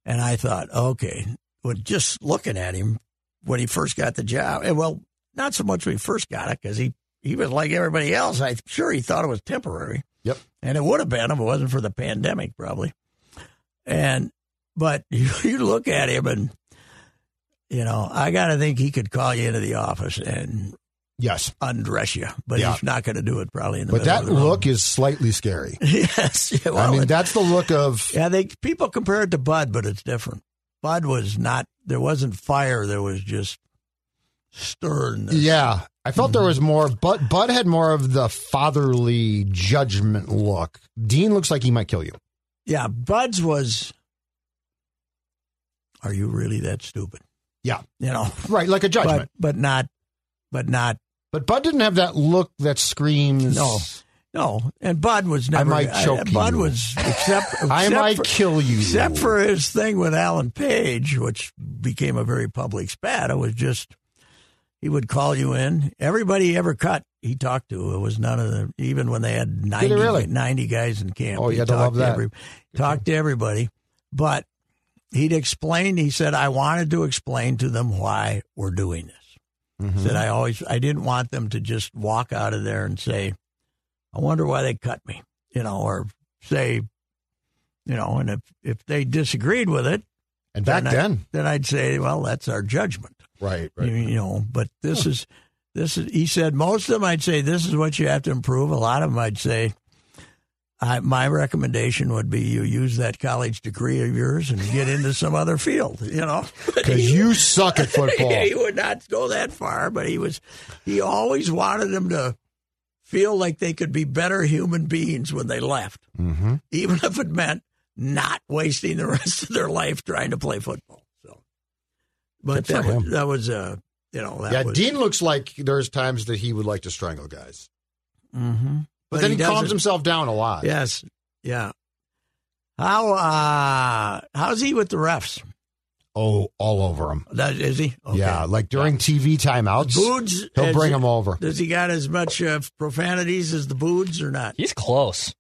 [SPEAKER 1] and I thought, okay, well, just looking at him when he first got the job, and well, not so much when he first got it because he he was like everybody else. I'm sure he thought it was temporary.
[SPEAKER 3] Yep.
[SPEAKER 1] and it would have been if it wasn't for the pandemic, probably. And but [laughs] you, you look at him, and you know, I gotta think he could call you into the office and
[SPEAKER 3] yes.
[SPEAKER 1] undress you, but
[SPEAKER 3] Yeah.
[SPEAKER 1] he's not going to do it probably in the
[SPEAKER 3] But
[SPEAKER 1] middle
[SPEAKER 3] that
[SPEAKER 1] of the room.
[SPEAKER 3] look is slightly scary.
[SPEAKER 1] [laughs] yes, yeah, well,
[SPEAKER 3] I mean,
[SPEAKER 1] it-
[SPEAKER 3] that's the
[SPEAKER 1] [laughs]
[SPEAKER 3] look of
[SPEAKER 1] Yeah, they people compare it to Bud, but it's different. Bud was not there wasn't fire, there was just sternness.
[SPEAKER 3] yeah. I felt
[SPEAKER 1] Mm-hmm.
[SPEAKER 3] there was more, but Bud had more of the fatherly judgment look. Dean looks like he might kill you.
[SPEAKER 1] Yeah, Bud's was Are you really that stupid?
[SPEAKER 3] Yeah,
[SPEAKER 1] You know.
[SPEAKER 3] right, like a
[SPEAKER 1] But
[SPEAKER 3] judgment.
[SPEAKER 1] but not but not
[SPEAKER 3] But, Bud didn't have that look that screams.
[SPEAKER 1] No. no. And Bud was never
[SPEAKER 3] might choke
[SPEAKER 1] Bud
[SPEAKER 3] you. [laughs]
[SPEAKER 1] was except, except
[SPEAKER 3] I might
[SPEAKER 1] for,
[SPEAKER 3] kill you.
[SPEAKER 1] except for his thing with Alan Page, which became a very public spat. It was just he would call you in. Everybody he ever cut he talked to. It was none of the even when they had 90,
[SPEAKER 3] really?
[SPEAKER 1] 90 guys in camp.
[SPEAKER 3] Oh, you
[SPEAKER 1] he
[SPEAKER 3] had to
[SPEAKER 1] talked
[SPEAKER 3] love that.
[SPEAKER 1] talked to everybody, but he'd explain. He said I wanted to explain to them why we're doing this. He
[SPEAKER 3] Mm-hmm.
[SPEAKER 1] Said I always I didn't want them to just walk out of there and say, I wonder why they cut me, you know, or say you know, and if, if they disagreed with it,
[SPEAKER 3] and back
[SPEAKER 1] then, I-
[SPEAKER 3] then,
[SPEAKER 1] then I'd say, well, that's our judgment,
[SPEAKER 3] right,
[SPEAKER 1] you, you know. But this is this is he said most of them I'd say this is what you have to improve. A lot of them I'd say, I, my recommendation would be you use that college degree of yours and get into some other field, you know.
[SPEAKER 3] because you
[SPEAKER 1] [laughs]
[SPEAKER 3] suck at football.
[SPEAKER 1] he would not go that far, but he was he always wanted them to feel like they could be better human beings when they left,
[SPEAKER 3] mm-hmm.
[SPEAKER 1] even if it meant not wasting the [laughs] rest of their life trying to play football. So, but
[SPEAKER 3] Good for
[SPEAKER 1] that was,
[SPEAKER 3] him.
[SPEAKER 1] that was uh, you know that
[SPEAKER 3] Yeah,
[SPEAKER 1] was,
[SPEAKER 3] Dean looks like there's times that he would like to strangle guys,
[SPEAKER 1] hmm
[SPEAKER 3] but, then he, calms himself down a lot.
[SPEAKER 1] Yes, yeah. How uh, how's he with the refs?
[SPEAKER 3] Oh, all over him.
[SPEAKER 1] That, is he? Okay.
[SPEAKER 3] Yeah, like during TV timeouts,
[SPEAKER 1] Boods.
[SPEAKER 3] he'll
[SPEAKER 1] is-
[SPEAKER 3] bring him over.
[SPEAKER 1] Does he got as much uh, profanities as the boods or not?
[SPEAKER 4] He's close.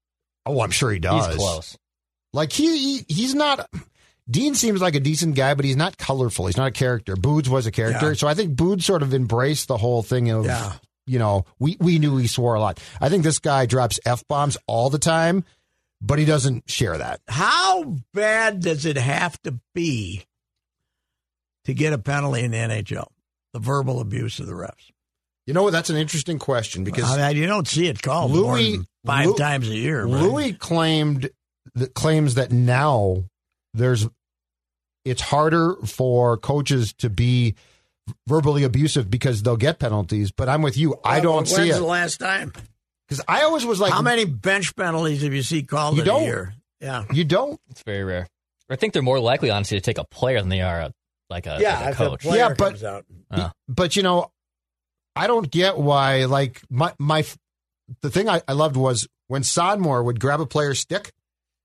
[SPEAKER 3] Oh, I'm sure he does.
[SPEAKER 4] He's close.
[SPEAKER 3] Like he, he he's not. Dean seems like a decent guy, but he's not colorful. He's not a character. Boods was a character,
[SPEAKER 1] Yeah.
[SPEAKER 3] so I think Boods sort of embraced the whole thing of
[SPEAKER 1] Yeah.
[SPEAKER 3] you know we we knew he swore a lot. I think this guy drops f bombs all the time, but he doesn't share that.
[SPEAKER 1] How bad does it have to be to get a penalty in the NHL? The verbal abuse of the refs.
[SPEAKER 3] You know what? That's an interesting question because
[SPEAKER 1] I mean, you don't see it called more
[SPEAKER 3] Louis-
[SPEAKER 1] than five
[SPEAKER 3] Lou-
[SPEAKER 1] times a year. right?
[SPEAKER 3] Louis claimed that claims that now there's it's harder for coaches to be verbally abusive because they'll get penalties. But I'm with you. I
[SPEAKER 1] Well,
[SPEAKER 3] don't see
[SPEAKER 1] When's
[SPEAKER 3] it.
[SPEAKER 1] the last time?
[SPEAKER 3] Because I always was like,
[SPEAKER 1] How many bench penalties have you see called
[SPEAKER 3] You
[SPEAKER 1] in a
[SPEAKER 3] don't.
[SPEAKER 1] year? Yeah.
[SPEAKER 3] you don't.
[SPEAKER 4] It's very rare. I think they're more likely, honestly, to take a player than they are a, like a,
[SPEAKER 1] yeah,
[SPEAKER 4] like
[SPEAKER 1] if
[SPEAKER 4] a
[SPEAKER 1] the
[SPEAKER 4] coach.
[SPEAKER 1] player
[SPEAKER 3] Yeah, but-
[SPEAKER 1] comes out.
[SPEAKER 4] Uh.
[SPEAKER 3] But you know, I don't get why. Like my my, the thing I, I loved was when Sodmore would grab a player's stick,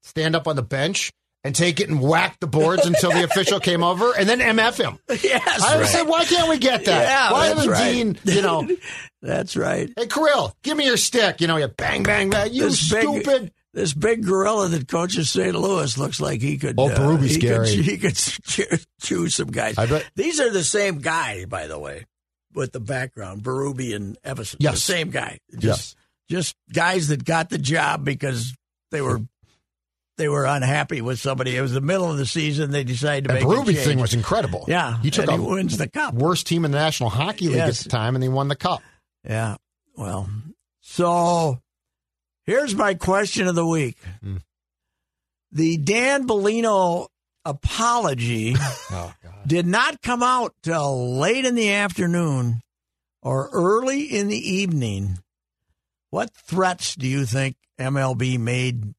[SPEAKER 3] stand up on the bench, and take it and whack the boards until
[SPEAKER 1] [laughs]
[SPEAKER 3] the official came over, and then mf him.
[SPEAKER 1] [laughs] Yes,
[SPEAKER 3] I
[SPEAKER 1] right.
[SPEAKER 3] said, why can't we get that?
[SPEAKER 1] Yeah,
[SPEAKER 3] why
[SPEAKER 1] that's
[SPEAKER 3] the
[SPEAKER 1] right.
[SPEAKER 3] dean? You know,
[SPEAKER 1] [laughs] that's right.
[SPEAKER 3] hey Krill, give me your stick. You know, you bang bang bang. You
[SPEAKER 1] This big-
[SPEAKER 3] stupid.
[SPEAKER 1] This big gorilla that coaches St. Louis looks like he could. uh,
[SPEAKER 3] Oh, Berube's
[SPEAKER 1] he could-
[SPEAKER 3] scary.
[SPEAKER 1] [laughs] he could chew, chew some guys.
[SPEAKER 3] I bet-
[SPEAKER 1] These are the same guy, by the way, with the background, Berube and Everson.
[SPEAKER 3] Yes.
[SPEAKER 1] the same guy. Just, just guys that got the job because they were they were unhappy with somebody. It was the middle of the season. They decided to make
[SPEAKER 3] That
[SPEAKER 1] a
[SPEAKER 3] Berube
[SPEAKER 1] change.
[SPEAKER 3] thing was incredible.
[SPEAKER 1] yeah.
[SPEAKER 3] he took
[SPEAKER 1] and
[SPEAKER 3] a
[SPEAKER 1] he wins the cup.
[SPEAKER 3] worst team in the National Hockey League
[SPEAKER 1] Yes.
[SPEAKER 3] at the time, and he won the cup.
[SPEAKER 1] Yeah. Well, so here's my question of the week.
[SPEAKER 3] Hmm.
[SPEAKER 1] The Dan Bellino apology
[SPEAKER 3] [laughs] Oh God!
[SPEAKER 1] did not come out till late in the afternoon or early in the evening. What threats do you think MLB made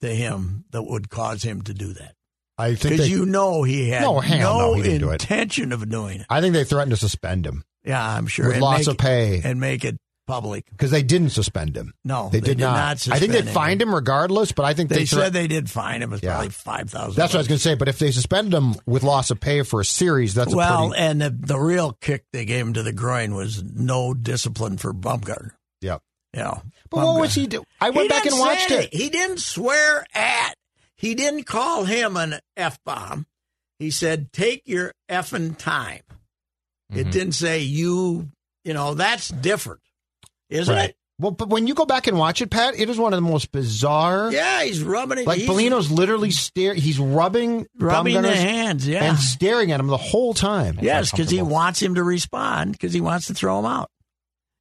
[SPEAKER 1] to him that would cause him to do that?
[SPEAKER 3] I think they,
[SPEAKER 1] Because you know he had
[SPEAKER 3] No, hang on, no, he didn't do it.
[SPEAKER 1] intention of doing it.
[SPEAKER 3] I think they threatened to suspend him
[SPEAKER 1] Yeah, I'm sure.
[SPEAKER 3] with
[SPEAKER 1] and
[SPEAKER 3] loss
[SPEAKER 1] make,
[SPEAKER 3] of pay.
[SPEAKER 1] and make it public.
[SPEAKER 3] because they didn't suspend him.
[SPEAKER 1] No,
[SPEAKER 3] They, did, not. I think they
[SPEAKER 1] suspend
[SPEAKER 3] fined him regardless, but I think
[SPEAKER 1] They,
[SPEAKER 3] they, thre-
[SPEAKER 1] said they did fine him. It was
[SPEAKER 3] Yeah.
[SPEAKER 1] probably five thousand.
[SPEAKER 3] that's what I was going to say. But if they suspended him with loss of pay for a series, that's
[SPEAKER 1] well, eh,
[SPEAKER 3] a pretty,
[SPEAKER 1] and the, the real kick they gave him to the groin was no discipline for Bumgarner.
[SPEAKER 3] yeah.
[SPEAKER 1] You know,
[SPEAKER 3] But what
[SPEAKER 1] Bumgarner.
[SPEAKER 3] was he do? I
[SPEAKER 1] He
[SPEAKER 3] went back
[SPEAKER 1] didn't
[SPEAKER 3] and
[SPEAKER 1] say
[SPEAKER 3] watched it.
[SPEAKER 1] anything. He didn't swear at. He didn't call him an f bomb. He said, "Take your effing time."
[SPEAKER 3] Mm-hmm.
[SPEAKER 1] It didn't say you. You know, that's different, isn't
[SPEAKER 3] Right. Well, but when you go back and watch it, Pat, it is one of the most bizarre.
[SPEAKER 1] it? Yeah, he's rubbing it.
[SPEAKER 3] Like
[SPEAKER 1] he's
[SPEAKER 3] Bellino's literally staring. He's rubbing,
[SPEAKER 1] rubbing the
[SPEAKER 3] Bumgarner's
[SPEAKER 1] hands. Yeah,
[SPEAKER 3] and staring at him the whole time.
[SPEAKER 1] Yes, because he
[SPEAKER 4] uncomfortable.
[SPEAKER 1] wants him to respond because he wants to throw him out.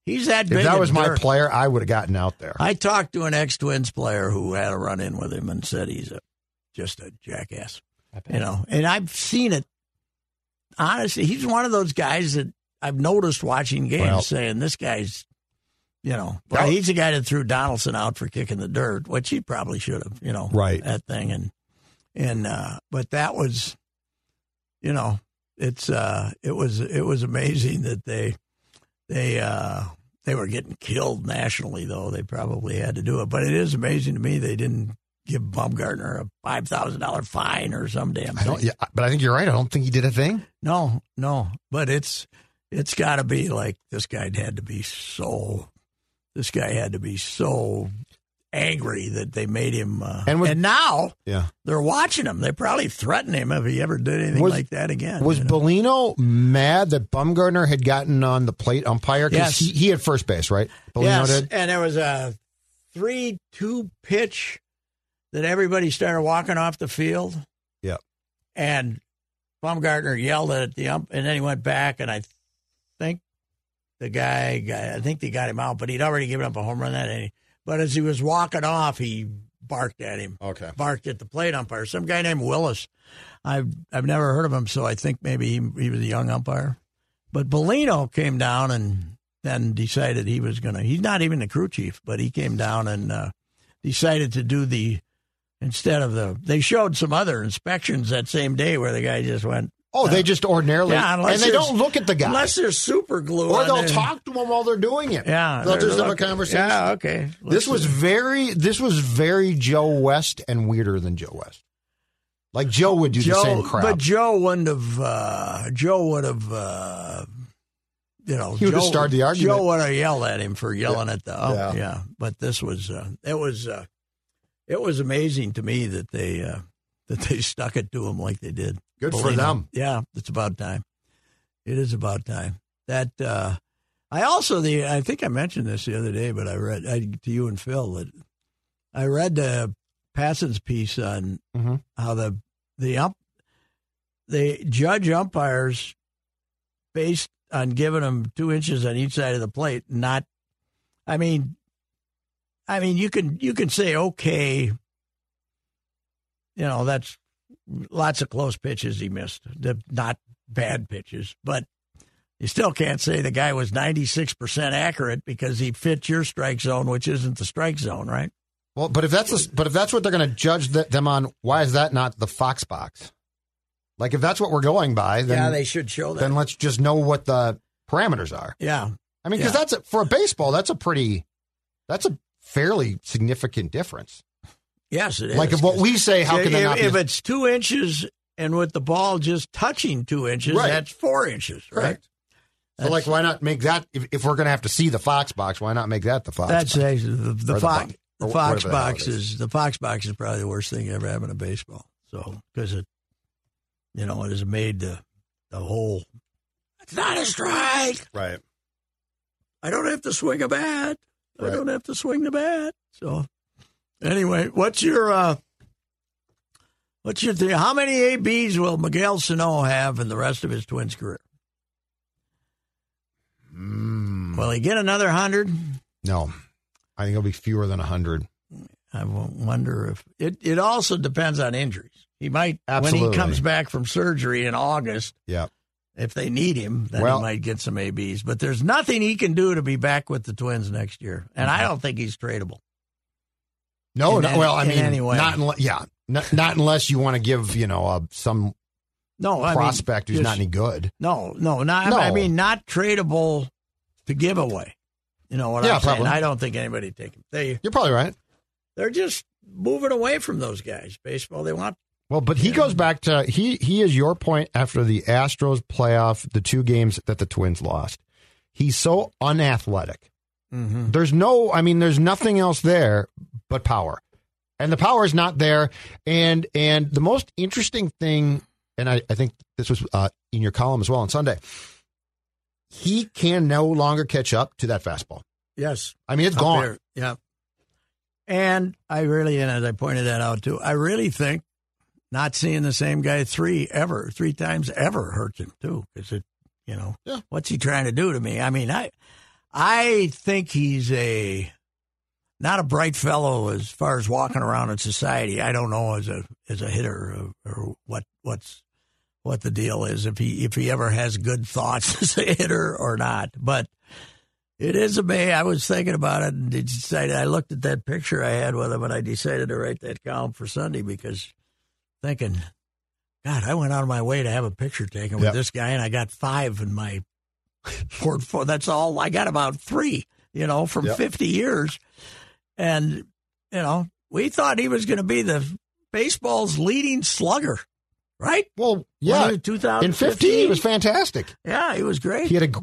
[SPEAKER 1] He's that big.
[SPEAKER 3] If that
[SPEAKER 1] a
[SPEAKER 3] was my
[SPEAKER 1] jerk.
[SPEAKER 3] player, I would have gotten out there.
[SPEAKER 1] I talked to an ex Twins player who had a run in with him and said he's a just a jackass. You know, and I've seen it. Honestly, he's one of those guys that I've noticed watching games
[SPEAKER 3] Well-
[SPEAKER 1] saying this guy's, you know,
[SPEAKER 3] That-
[SPEAKER 1] well, he's the guy that threw Donaldson out for kicking the dirt, which he probably should have, you know,
[SPEAKER 3] Right.
[SPEAKER 1] that thing and and uh, but that was, you know, it's uh, it was it was amazing that they they uh, they were getting killed nationally though they probably had to do it, but it is amazing to me they didn't give Baumgartner a five thousand dollar fine or some damn
[SPEAKER 3] I
[SPEAKER 1] thing.
[SPEAKER 3] don't. Yeah, but I think you're right. I don't think he did a thing.
[SPEAKER 1] No, no, but it's it's got to be like this guy had to be so this guy had to be so angry that they made him uh,
[SPEAKER 3] And was-
[SPEAKER 1] and now
[SPEAKER 3] Yeah.
[SPEAKER 1] they're watching him. They probably threaten him if he ever did anything
[SPEAKER 3] Was-
[SPEAKER 1] like that again.
[SPEAKER 3] Was
[SPEAKER 1] you know?
[SPEAKER 3] Bellino mad that Bumgarner had gotten on the plate umpire? 'Cause
[SPEAKER 1] Yes.
[SPEAKER 3] he, he had first base, right? Bellino
[SPEAKER 1] yes,
[SPEAKER 3] did.
[SPEAKER 1] and there was a three-two pitch that everybody started walking off the field.
[SPEAKER 3] Yeah.
[SPEAKER 1] and Baumgartner yelled at the ump, and then he went back, and I think the guy, got, I think they got him out, but he'd already given up a home run that inning. But as he was walking off, he barked at him.
[SPEAKER 3] Okay.
[SPEAKER 1] barked at the plate umpire. Some guy named Willis. I've I've never heard of him, so I think maybe he, he was a young umpire. But Bellino came down and then decided he was gonna. He's not even the crew chief, but he came down and uh, decided to do the instead of the. They showed some other inspections that same day where the guy just went.
[SPEAKER 3] Oh, they just ordinarily,
[SPEAKER 1] Yeah, unless
[SPEAKER 3] and they
[SPEAKER 1] there's-
[SPEAKER 3] don't look at the guy,
[SPEAKER 1] Unless there's super glue,
[SPEAKER 3] or
[SPEAKER 1] on
[SPEAKER 3] they'll
[SPEAKER 1] there."
[SPEAKER 3] talk to him while they're doing it.
[SPEAKER 1] Yeah,
[SPEAKER 3] they'll
[SPEAKER 1] they're
[SPEAKER 3] just have a
[SPEAKER 1] looking-
[SPEAKER 3] conversation.
[SPEAKER 1] Yeah, okay.
[SPEAKER 3] This was very, this was very Joe West and weirder than Joe West. Like Joe would do the same crap.
[SPEAKER 1] But Joe wouldn't have. Uh, Joe would have. Uh, you know,
[SPEAKER 3] He would have
[SPEAKER 1] Joe-
[SPEAKER 3] started the argument.
[SPEAKER 1] Joe would have yelled at him for yelling at the. Oh,
[SPEAKER 3] Yeah.
[SPEAKER 1] yeah. But this was. Uh, it was. Uh, it was amazing to me that they uh, that they [laughs] stuck it to him like they did.
[SPEAKER 3] Good for
[SPEAKER 1] Believe it.
[SPEAKER 3] them.
[SPEAKER 1] Yeah, it's about time. It is about time. That uh, I also the I think I mentioned this the other day, but I read I, to you and Phil that I read the Passon's piece on
[SPEAKER 3] Mhm.
[SPEAKER 1] how the the ump the judge umpires based on giving them two inches on each side of the plate. Not, I mean, I mean you can you can say okay, you know that's lots of close pitches he missed, the- not bad pitches, but You still can't say the guy was 96% accurate because he fit your strike zone, which isn't the strike zone, right?
[SPEAKER 3] Well, but if that's the, but if that's what they're going to judge th- them on, why is that not the Fox box? Like if that's what we're going by, then
[SPEAKER 1] yeah, they should show that.
[SPEAKER 3] then let's just know what the parameters are.
[SPEAKER 1] yeah.
[SPEAKER 3] I mean, because
[SPEAKER 1] Yeah.
[SPEAKER 3] that's a, for a baseball, that's a pretty, that's a fairly significant difference.
[SPEAKER 1] Yes, it is.
[SPEAKER 3] Like if what we say, how can
[SPEAKER 1] if,
[SPEAKER 3] they not?
[SPEAKER 1] if
[SPEAKER 3] be,
[SPEAKER 1] it's two inches and with the ball just touching two inches,
[SPEAKER 3] Right.
[SPEAKER 1] that's four inches, right?
[SPEAKER 3] correct? So like, why not make that? If, if we're going to have to see the Fox box, why not make that the Fox?
[SPEAKER 1] That's
[SPEAKER 3] box?
[SPEAKER 1] a, the, the,
[SPEAKER 3] Or the
[SPEAKER 1] fox.
[SPEAKER 3] box.
[SPEAKER 1] The
[SPEAKER 3] Or
[SPEAKER 1] fox
[SPEAKER 3] whatever the hell it
[SPEAKER 1] box is the fox box is probably the worst thing that ever happened to baseball. So because it, you know, it has made the the whole. It's not a strike.
[SPEAKER 3] right.
[SPEAKER 1] I don't have to swing a bat.
[SPEAKER 3] Right.
[SPEAKER 1] I don't have to swing the bat. So anyway, what's your uh, what's your theory? How many abs will Miguel Sano have in the rest of his Twins career?
[SPEAKER 3] Hmm.
[SPEAKER 1] Will he get another hundred?
[SPEAKER 3] No, I think it'll be fewer than hundred.
[SPEAKER 1] I wo- wonder if it, it also depends on injuries. He might when
[SPEAKER 3] Absolutely.
[SPEAKER 1] he comes back from surgery in August,
[SPEAKER 3] Yeah.
[SPEAKER 1] if they need him, then
[SPEAKER 3] Well-
[SPEAKER 1] he might get some ABs. But there's nothing he can do to be back with the Twins next year, and
[SPEAKER 3] Mm-hmm.
[SPEAKER 1] I don't think he's tradable.
[SPEAKER 3] No,
[SPEAKER 1] In
[SPEAKER 3] no
[SPEAKER 1] any-
[SPEAKER 3] well, I
[SPEAKER 1] in
[SPEAKER 3] mean,
[SPEAKER 1] any way.
[SPEAKER 3] not unle- yeah, not, not unless you want to give you know uh, some
[SPEAKER 1] No I mean,
[SPEAKER 3] prospect who's not
[SPEAKER 1] just-
[SPEAKER 3] any good.
[SPEAKER 1] No, no, not,
[SPEAKER 3] No.
[SPEAKER 1] I mean not tradable to give away. You know what
[SPEAKER 3] Yeah,
[SPEAKER 1] I'm saying?
[SPEAKER 3] probably.
[SPEAKER 1] I don't think anybody take him. They
[SPEAKER 3] You're probably right.
[SPEAKER 1] they're just moving away from those guys. Baseball, they want
[SPEAKER 3] Well, but he goes back to he he is your point after the Astros playoff, the two games that the Twins lost. He's so unathletic. There's no, I mean, there's nothing else there but power, and the power is not there. And and the most interesting thing, and I, I think this was uh, in your column as well on Sunday. He can no longer catch up to that fastball.
[SPEAKER 1] yes.
[SPEAKER 3] I mean, it's
[SPEAKER 1] up
[SPEAKER 3] gone.
[SPEAKER 1] there. Yeah. And I really, and as I pointed that out too, I really think not seeing the same guy three ever, three times ever hurts him too. Because it, you know,
[SPEAKER 3] Yeah.
[SPEAKER 1] what's he trying to do to me? I mean, I, I think he's a not a bright fellow as far as walking around in society. I don't know as a as a hitter or, or what what's what the deal is if he if he ever has good thoughts [laughs] as a hitter or not. But it is a May. I was thinking about it and decided. I looked at that picture I had with him, and I decided to write that column for Sunday because thinking, God, I went out of my way to have a picture taken with
[SPEAKER 3] Yep.
[SPEAKER 1] this guy, and I got five in my portfolio. That's all I got about three, you know, from
[SPEAKER 3] Yep.
[SPEAKER 1] fifty years, and you know, we thought he was going to be the baseball's leading slugger, right?
[SPEAKER 3] Well, yeah,
[SPEAKER 1] two
[SPEAKER 3] in
[SPEAKER 1] thousand
[SPEAKER 3] fifteen he was fantastic.
[SPEAKER 1] yeah, he was great.
[SPEAKER 3] He had a g-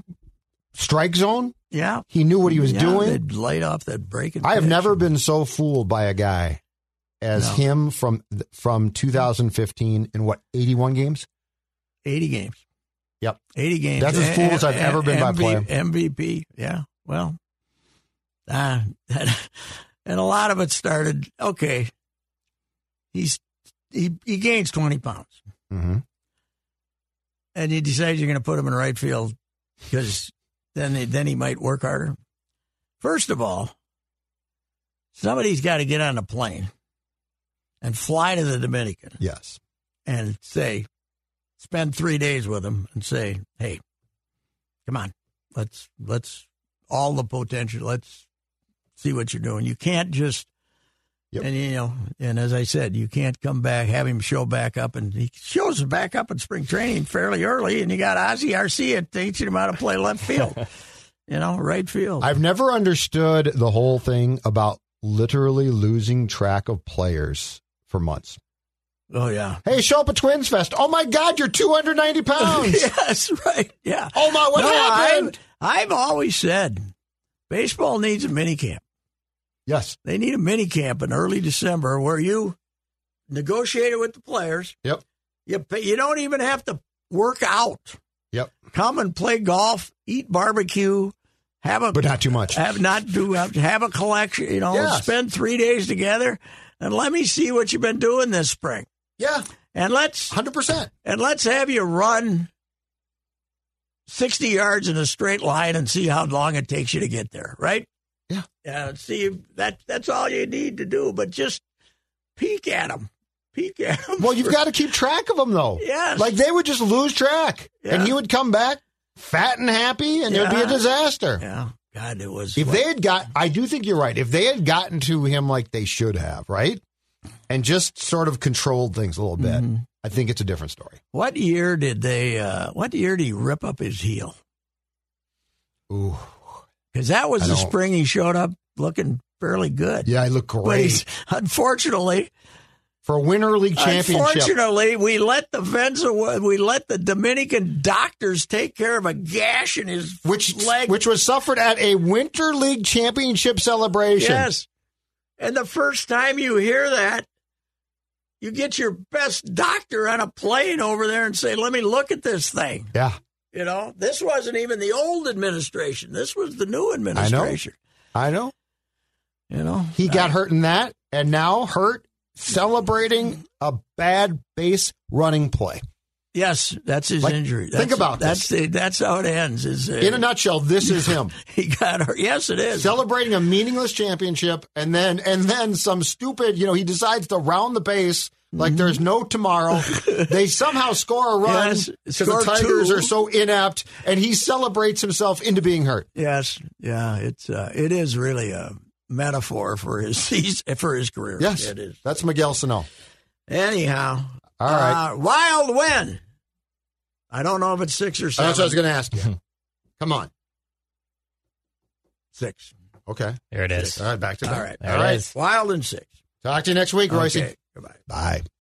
[SPEAKER 3] strike zone.
[SPEAKER 1] yeah,
[SPEAKER 3] He knew what he was
[SPEAKER 1] Yeah,
[SPEAKER 3] doing.
[SPEAKER 1] they'd light off that break. and
[SPEAKER 3] I have
[SPEAKER 1] pitch.
[SPEAKER 3] never been so fooled by a guy as
[SPEAKER 1] No.
[SPEAKER 3] him from from 2015 in what 81 games.
[SPEAKER 1] 80 games.
[SPEAKER 3] Yep.
[SPEAKER 1] 80 games.
[SPEAKER 3] That's as
[SPEAKER 1] A-
[SPEAKER 3] full as
[SPEAKER 1] a-
[SPEAKER 3] I've ever
[SPEAKER 1] a-
[SPEAKER 3] been by a player.
[SPEAKER 1] MVP. Yeah. Well, ah, [laughs] and a lot of it started. Okay, he's he he gains 20 pounds,
[SPEAKER 3] Mm-hmm.
[SPEAKER 1] and you decide you're going to put him in right field because then they, then he might work harder. First of all, somebody's got to get on a plane and fly to the Dominican.
[SPEAKER 3] Yes.
[SPEAKER 1] and say, spend three days with him and say, hey, come on, let's let's all the potential. Let's see what you're doing. You can't just
[SPEAKER 3] Yep.
[SPEAKER 1] and you know, and as I said, you can't come back, have him show back up, and he shows back up in spring training fairly early, and you got Ozzy Arcia teaching him how to play left
[SPEAKER 3] [laughs]
[SPEAKER 1] field, you know, right field.
[SPEAKER 3] I've never understood the whole thing about literally losing track of players for months.
[SPEAKER 1] oh yeah,
[SPEAKER 3] Hey, show up at Twins Fest. Oh my God, you're 290
[SPEAKER 1] [laughs]
[SPEAKER 3] pounds.
[SPEAKER 1] yes, right, yeah.
[SPEAKER 3] Oh my, what
[SPEAKER 1] No,
[SPEAKER 3] happened?
[SPEAKER 1] I've, I've always said baseball needs a mini camp.
[SPEAKER 3] Yes.
[SPEAKER 1] They need a mini camp in early December where you negotiate it with the players.
[SPEAKER 3] Yep.
[SPEAKER 1] You pay, you don't even have to work out.
[SPEAKER 3] Yep.
[SPEAKER 1] Come and play golf, eat barbecue, have a
[SPEAKER 3] But not
[SPEAKER 1] [laughs]
[SPEAKER 3] too much.
[SPEAKER 1] have not do have a collection. You know,
[SPEAKER 3] Yes.
[SPEAKER 1] spend three days together, and let me see what you've been doing this spring.
[SPEAKER 3] Yeah,
[SPEAKER 1] And let's
[SPEAKER 3] 100%.
[SPEAKER 1] and let's have you run sixty yards in a straight line and see how long it takes you to get there. Right.
[SPEAKER 3] Yeah.
[SPEAKER 1] Yeah, see that that's all you need to do, but just peek at them, peek at them.
[SPEAKER 3] Well, you've got to keep track of them, though.
[SPEAKER 1] Yes.
[SPEAKER 3] Like they would just lose track.
[SPEAKER 1] Yeah.
[SPEAKER 3] And he would come back fat and happy, and it'd be a
[SPEAKER 1] Yeah.
[SPEAKER 3] disaster.
[SPEAKER 1] Yeah. God, it was.
[SPEAKER 3] If they had got, I do think you're right. If they had gotten to him like they should have, right, and just sort of controlled things a little bit,
[SPEAKER 1] Mm-hmm.
[SPEAKER 3] I think it's a different story.
[SPEAKER 1] what year did they? Uh, what year did he rip up his heel?
[SPEAKER 3] Ooh,
[SPEAKER 1] Because that was
[SPEAKER 3] I
[SPEAKER 1] the
[SPEAKER 3] don't-
[SPEAKER 1] spring he showed up looking fairly good.
[SPEAKER 3] yeah, I look
[SPEAKER 1] But he's,
[SPEAKER 3] great
[SPEAKER 1] unfortunately,
[SPEAKER 3] for a winter league championship.
[SPEAKER 1] unfortunately, we let the Venza, we let the Dominican doctors take care of a gash in his
[SPEAKER 3] Which,
[SPEAKER 1] leg.
[SPEAKER 3] which was suffered at a winter league championship celebration.
[SPEAKER 1] Yes. And the first time you hear that, you get your best doctor on a plane over there and say, "Let me look at this thing."
[SPEAKER 3] Yeah,
[SPEAKER 1] You know, this wasn't even the old administration. This was the new administration.
[SPEAKER 3] I know.
[SPEAKER 1] You know,
[SPEAKER 3] He got hurt in that, and now hurt celebrating a bad base running play.
[SPEAKER 1] yes, that's his
[SPEAKER 3] Like,
[SPEAKER 1] injury.
[SPEAKER 3] think
[SPEAKER 1] That's,
[SPEAKER 3] about
[SPEAKER 1] that's the, that's how it ends. Is uh,
[SPEAKER 3] In a nutshell, this is him.
[SPEAKER 1] [laughs]
[SPEAKER 3] [laughs]
[SPEAKER 1] he got hurt? Yes, it is.
[SPEAKER 3] celebrating a meaningless championship and then and then some stupid you know he decides to round the base
[SPEAKER 1] Mm-hmm.
[SPEAKER 3] like there's
[SPEAKER 1] [laughs]
[SPEAKER 3] no tomorrow they somehow score a run
[SPEAKER 1] Yes,
[SPEAKER 3] because
[SPEAKER 1] score
[SPEAKER 3] the tigers
[SPEAKER 1] two.
[SPEAKER 3] are so inept and he celebrates himself into being hurt
[SPEAKER 1] Yes, yeah, it's uh, it is really a metaphor for his [laughs] season, for his career.
[SPEAKER 3] yes
[SPEAKER 1] it is.
[SPEAKER 3] that's miguel sano
[SPEAKER 1] Anyhow,
[SPEAKER 3] All right.
[SPEAKER 1] uh, wild win. I don't know if it's six or
[SPEAKER 3] Oh,
[SPEAKER 1] seven.
[SPEAKER 3] that's what i was going to ask you come on
[SPEAKER 1] Six.
[SPEAKER 3] okay
[SPEAKER 4] There it is.
[SPEAKER 3] all right back to
[SPEAKER 1] All
[SPEAKER 3] back.
[SPEAKER 1] right.
[SPEAKER 4] There
[SPEAKER 3] all
[SPEAKER 4] it
[SPEAKER 3] right
[SPEAKER 4] is.
[SPEAKER 1] Wild and six.
[SPEAKER 3] talk to you next week royce
[SPEAKER 1] Okay. Goodbye.
[SPEAKER 3] bye